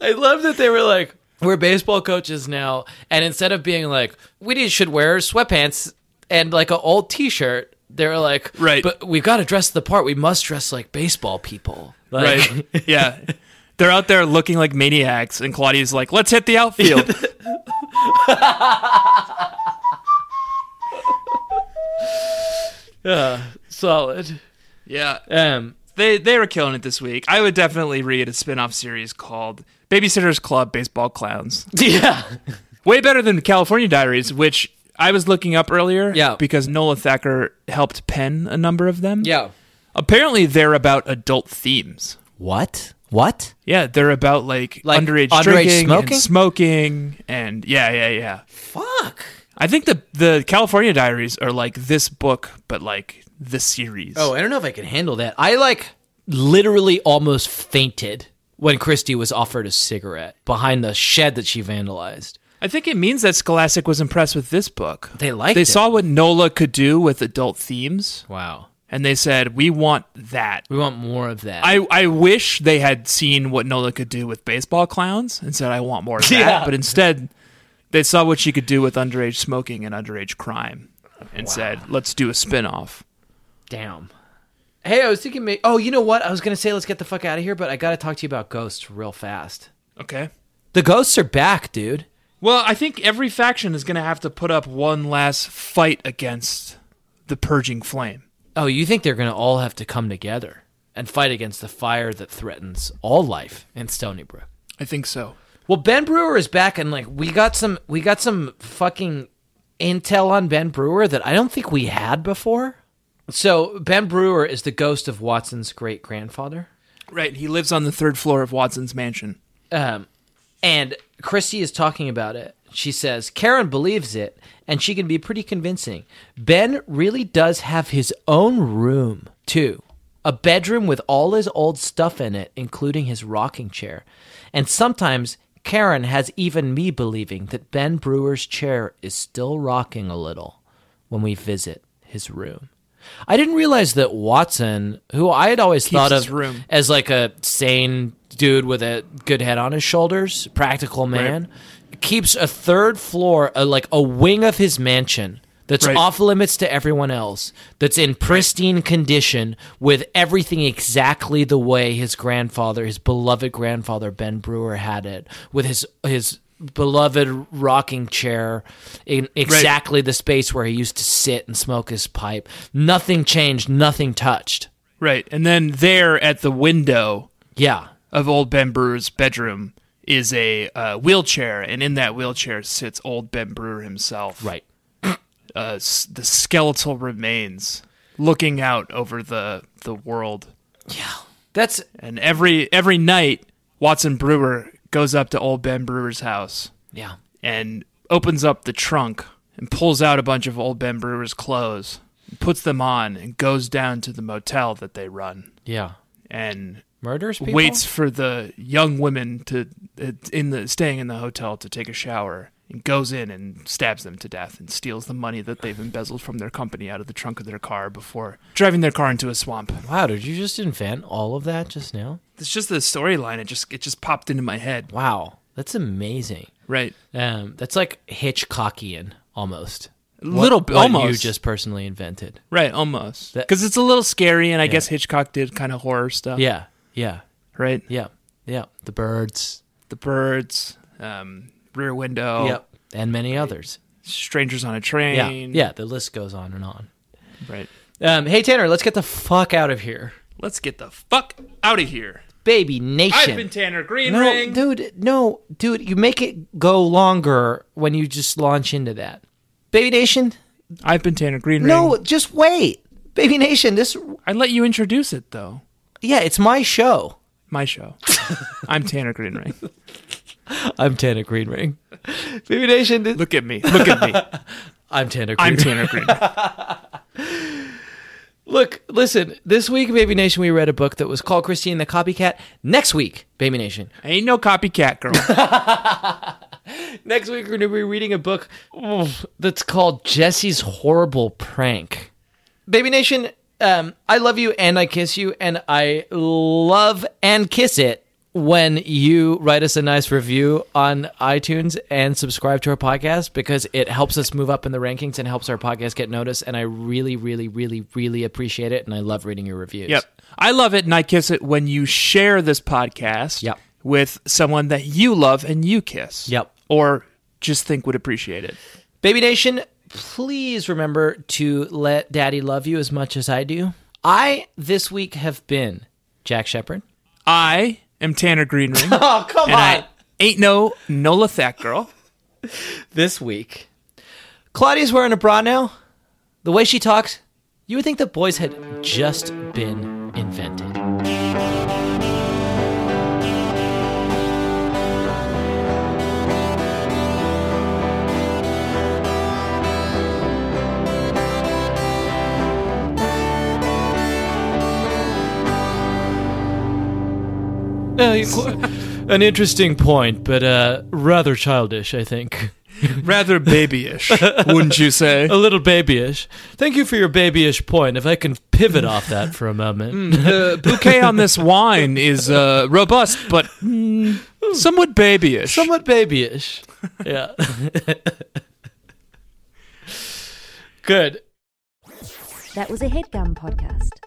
Speaker 1: I love that they were like, we're baseball coaches now, and instead of being like, we need- should wear sweatpants and like an old t shirt, they were like,
Speaker 3: Right.
Speaker 1: but we've got to dress the part. We must dress like baseball people. Like,
Speaker 3: Right. yeah. They're out there looking like maniacs, and Claudia's like, let's hit the outfield.
Speaker 1: solid.
Speaker 3: yeah.
Speaker 1: Um,
Speaker 3: They, they were killing it this week. I would definitely read a spin off series called Babysitter's Club Baseball Clowns.
Speaker 1: yeah.
Speaker 3: Way better than California Diaries, which I was looking up earlier.
Speaker 1: Yeah.
Speaker 3: Because Nola Thacker helped pen a number of them.
Speaker 1: Yeah.
Speaker 3: Apparently, they're about adult themes.
Speaker 1: What? What?
Speaker 3: Yeah, they're about like,
Speaker 1: Like
Speaker 3: underage,
Speaker 1: underage
Speaker 3: drinking,
Speaker 1: smoking?
Speaker 3: and smoking, and yeah, yeah, yeah.
Speaker 1: Fuck.
Speaker 3: I think the the California Diaries are like this book, but like the series.
Speaker 1: Oh, I don't know if I can handle that. I like literally almost fainted when Christy was offered a cigarette behind the shed that she vandalized.
Speaker 3: I think it means that Scholastic was impressed with this book.
Speaker 1: They liked
Speaker 3: They
Speaker 1: it.
Speaker 3: saw what Nola could do with adult themes,
Speaker 1: Wow.
Speaker 3: and they said, "We want that."
Speaker 1: We want more of that.
Speaker 3: I, I wish they had seen what Nola could do with baseball clowns and said, I want more of that.
Speaker 1: Yeah.
Speaker 3: But instead, they saw what she could do with underage smoking and underage crime and said, let's do a spinoff.
Speaker 1: Damn. Hey, I was thinking. May- oh, you know what? I was gonna say let's get the fuck out of here, but I gotta talk to you about ghosts real fast.
Speaker 3: Okay.
Speaker 1: The ghosts are back, dude.
Speaker 3: Well, I think every faction is going to have to put up one last fight against the purging flame.
Speaker 1: Oh, you think they're gonna all have to come together and fight against the fire that threatens all life in Stony Brook?
Speaker 3: I think so.
Speaker 1: Well, Ben Brewer is back, and like we got some, we got some fucking intel on Ben Brewer that I don't think we had before. So Ben Brewer is the ghost of Watson's great grandfather.
Speaker 3: Right. He lives on the third floor of Watson's mansion.
Speaker 1: Um, and Christy is talking about it. She says Karen believes it, and she can be pretty convincing. Ben really does have his own room too, a bedroom with all his old stuff in it, including his rocking chair. And sometimes Karen has even me believing that Ben Brewer's chair is still rocking a little when we visit his room. I didn't realize that Watson, who I had always thought
Speaker 3: his
Speaker 1: of
Speaker 3: room.
Speaker 1: as like a sane dude with a good head on his shoulders, practical man, keeps a third floor, uh, like a wing of his mansion that's
Speaker 3: Right.
Speaker 1: off limits to everyone else, that's in pristine condition with everything exactly the way his grandfather, his beloved grandfather Ben Brewer had it, with his his beloved rocking chair in exactly the space where he used to sit and smoke his pipe. Nothing changed, nothing touched.
Speaker 3: Right. And then there at the window
Speaker 1: Yeah.
Speaker 3: of old Ben Brewer's bedroom is a uh, wheelchair, and in that wheelchair sits old Ben Brewer himself.
Speaker 1: Right.
Speaker 3: Uh, s- the skeletal remains looking out over the the world.
Speaker 1: That's
Speaker 3: And every every night, Watson Brewer goes up to old Ben Brewer's house
Speaker 1: yeah.
Speaker 3: and opens up the trunk and pulls out a bunch of old Ben Brewer's clothes, puts them on, and goes down to the motel that they run
Speaker 1: Yeah.
Speaker 3: and
Speaker 1: Murders people.
Speaker 3: waits for the young women to uh, in the staying in the hotel to take a shower and goes in and stabs them to death and steals the money that they've embezzled from their company out of the trunk of their car before driving their car into a swamp.
Speaker 1: Wow, did you just invent all of that just now?
Speaker 3: It's just the storyline. It just it just popped into my head.
Speaker 1: Wow, that's amazing.
Speaker 3: Right.
Speaker 1: Um, that's like Hitchcockian almost.
Speaker 3: A little bit
Speaker 1: what
Speaker 3: almost.
Speaker 1: you just personally invented.
Speaker 3: right, almost.
Speaker 1: That-
Speaker 3: Cuz it's a little scary and I guess Hitchcock did kind of horror stuff,
Speaker 1: Yeah, yeah,
Speaker 3: right?
Speaker 1: yeah, yeah. The birds.
Speaker 3: The birds, um Rear Window,
Speaker 1: Yep, and many others.
Speaker 3: Strangers on a Train.
Speaker 1: Yeah, yeah. The list goes on and on.
Speaker 3: Right.
Speaker 1: Um, hey Tanner, let's get the fuck out of here,
Speaker 3: Let's get the fuck out of here.
Speaker 1: baby nation.
Speaker 3: I've been Tanner Green
Speaker 1: no,
Speaker 3: Ring.
Speaker 1: dude, no, dude. You make it go longer when you just launch into that, baby nation.
Speaker 3: I've been Tanner Green
Speaker 1: No,
Speaker 3: Ring.
Speaker 1: just wait, baby nation. This,
Speaker 3: I let you introduce it though.
Speaker 1: yeah, it's my show.
Speaker 3: My show. I'm Tanner Green Ring.
Speaker 1: I'm Tanner Greenring. Baby Nation, this-
Speaker 3: Look at me. Look at me.
Speaker 1: I'm Tanner
Speaker 3: I'm
Speaker 1: Greenring.
Speaker 3: Tanner Green. Ring.
Speaker 1: Look, listen, this week, Baby Nation, we read a book that was called Christine the Copycat. Next week, Baby Nation,
Speaker 3: Ain't no copycat girl.
Speaker 1: next week we're going to be reading a book oof, that's called Jesse's Horrible Prank. Baby Nation, um, I love you and I kiss you, and I love and kiss it when you write us a nice review on iTunes and subscribe to our podcast because it helps us move up in the rankings and helps our podcast get noticed. And I really, really, really, really appreciate it. And I love reading your reviews.
Speaker 3: Yep. I love it and I kiss it when you share this podcast
Speaker 1: Yep.
Speaker 3: with someone that you love and you kiss.
Speaker 1: Yep.
Speaker 3: Or just think would appreciate it.
Speaker 1: Baby Nation, please remember to let daddy love you as much as I do. I, this week, have been Jack Shepard.
Speaker 3: I am Tanner Green Ring. and
Speaker 1: Oh, come
Speaker 3: I ain't no Nola Thack girl.
Speaker 1: This week, Claudia's wearing a bra now. The way she talks, you would think the boys had just been invented. Eh, an interesting point, but uh, rather childish, I think.
Speaker 3: Rather babyish, wouldn't you say?
Speaker 1: a little babyish. Thank you for your babyish point. If I can pivot off that for a moment,
Speaker 3: The bouquet on this wine is uh, robust, but mm, somewhat babyish.
Speaker 1: somewhat babyish. Yeah. Good.
Speaker 6: That was a headgum podcast.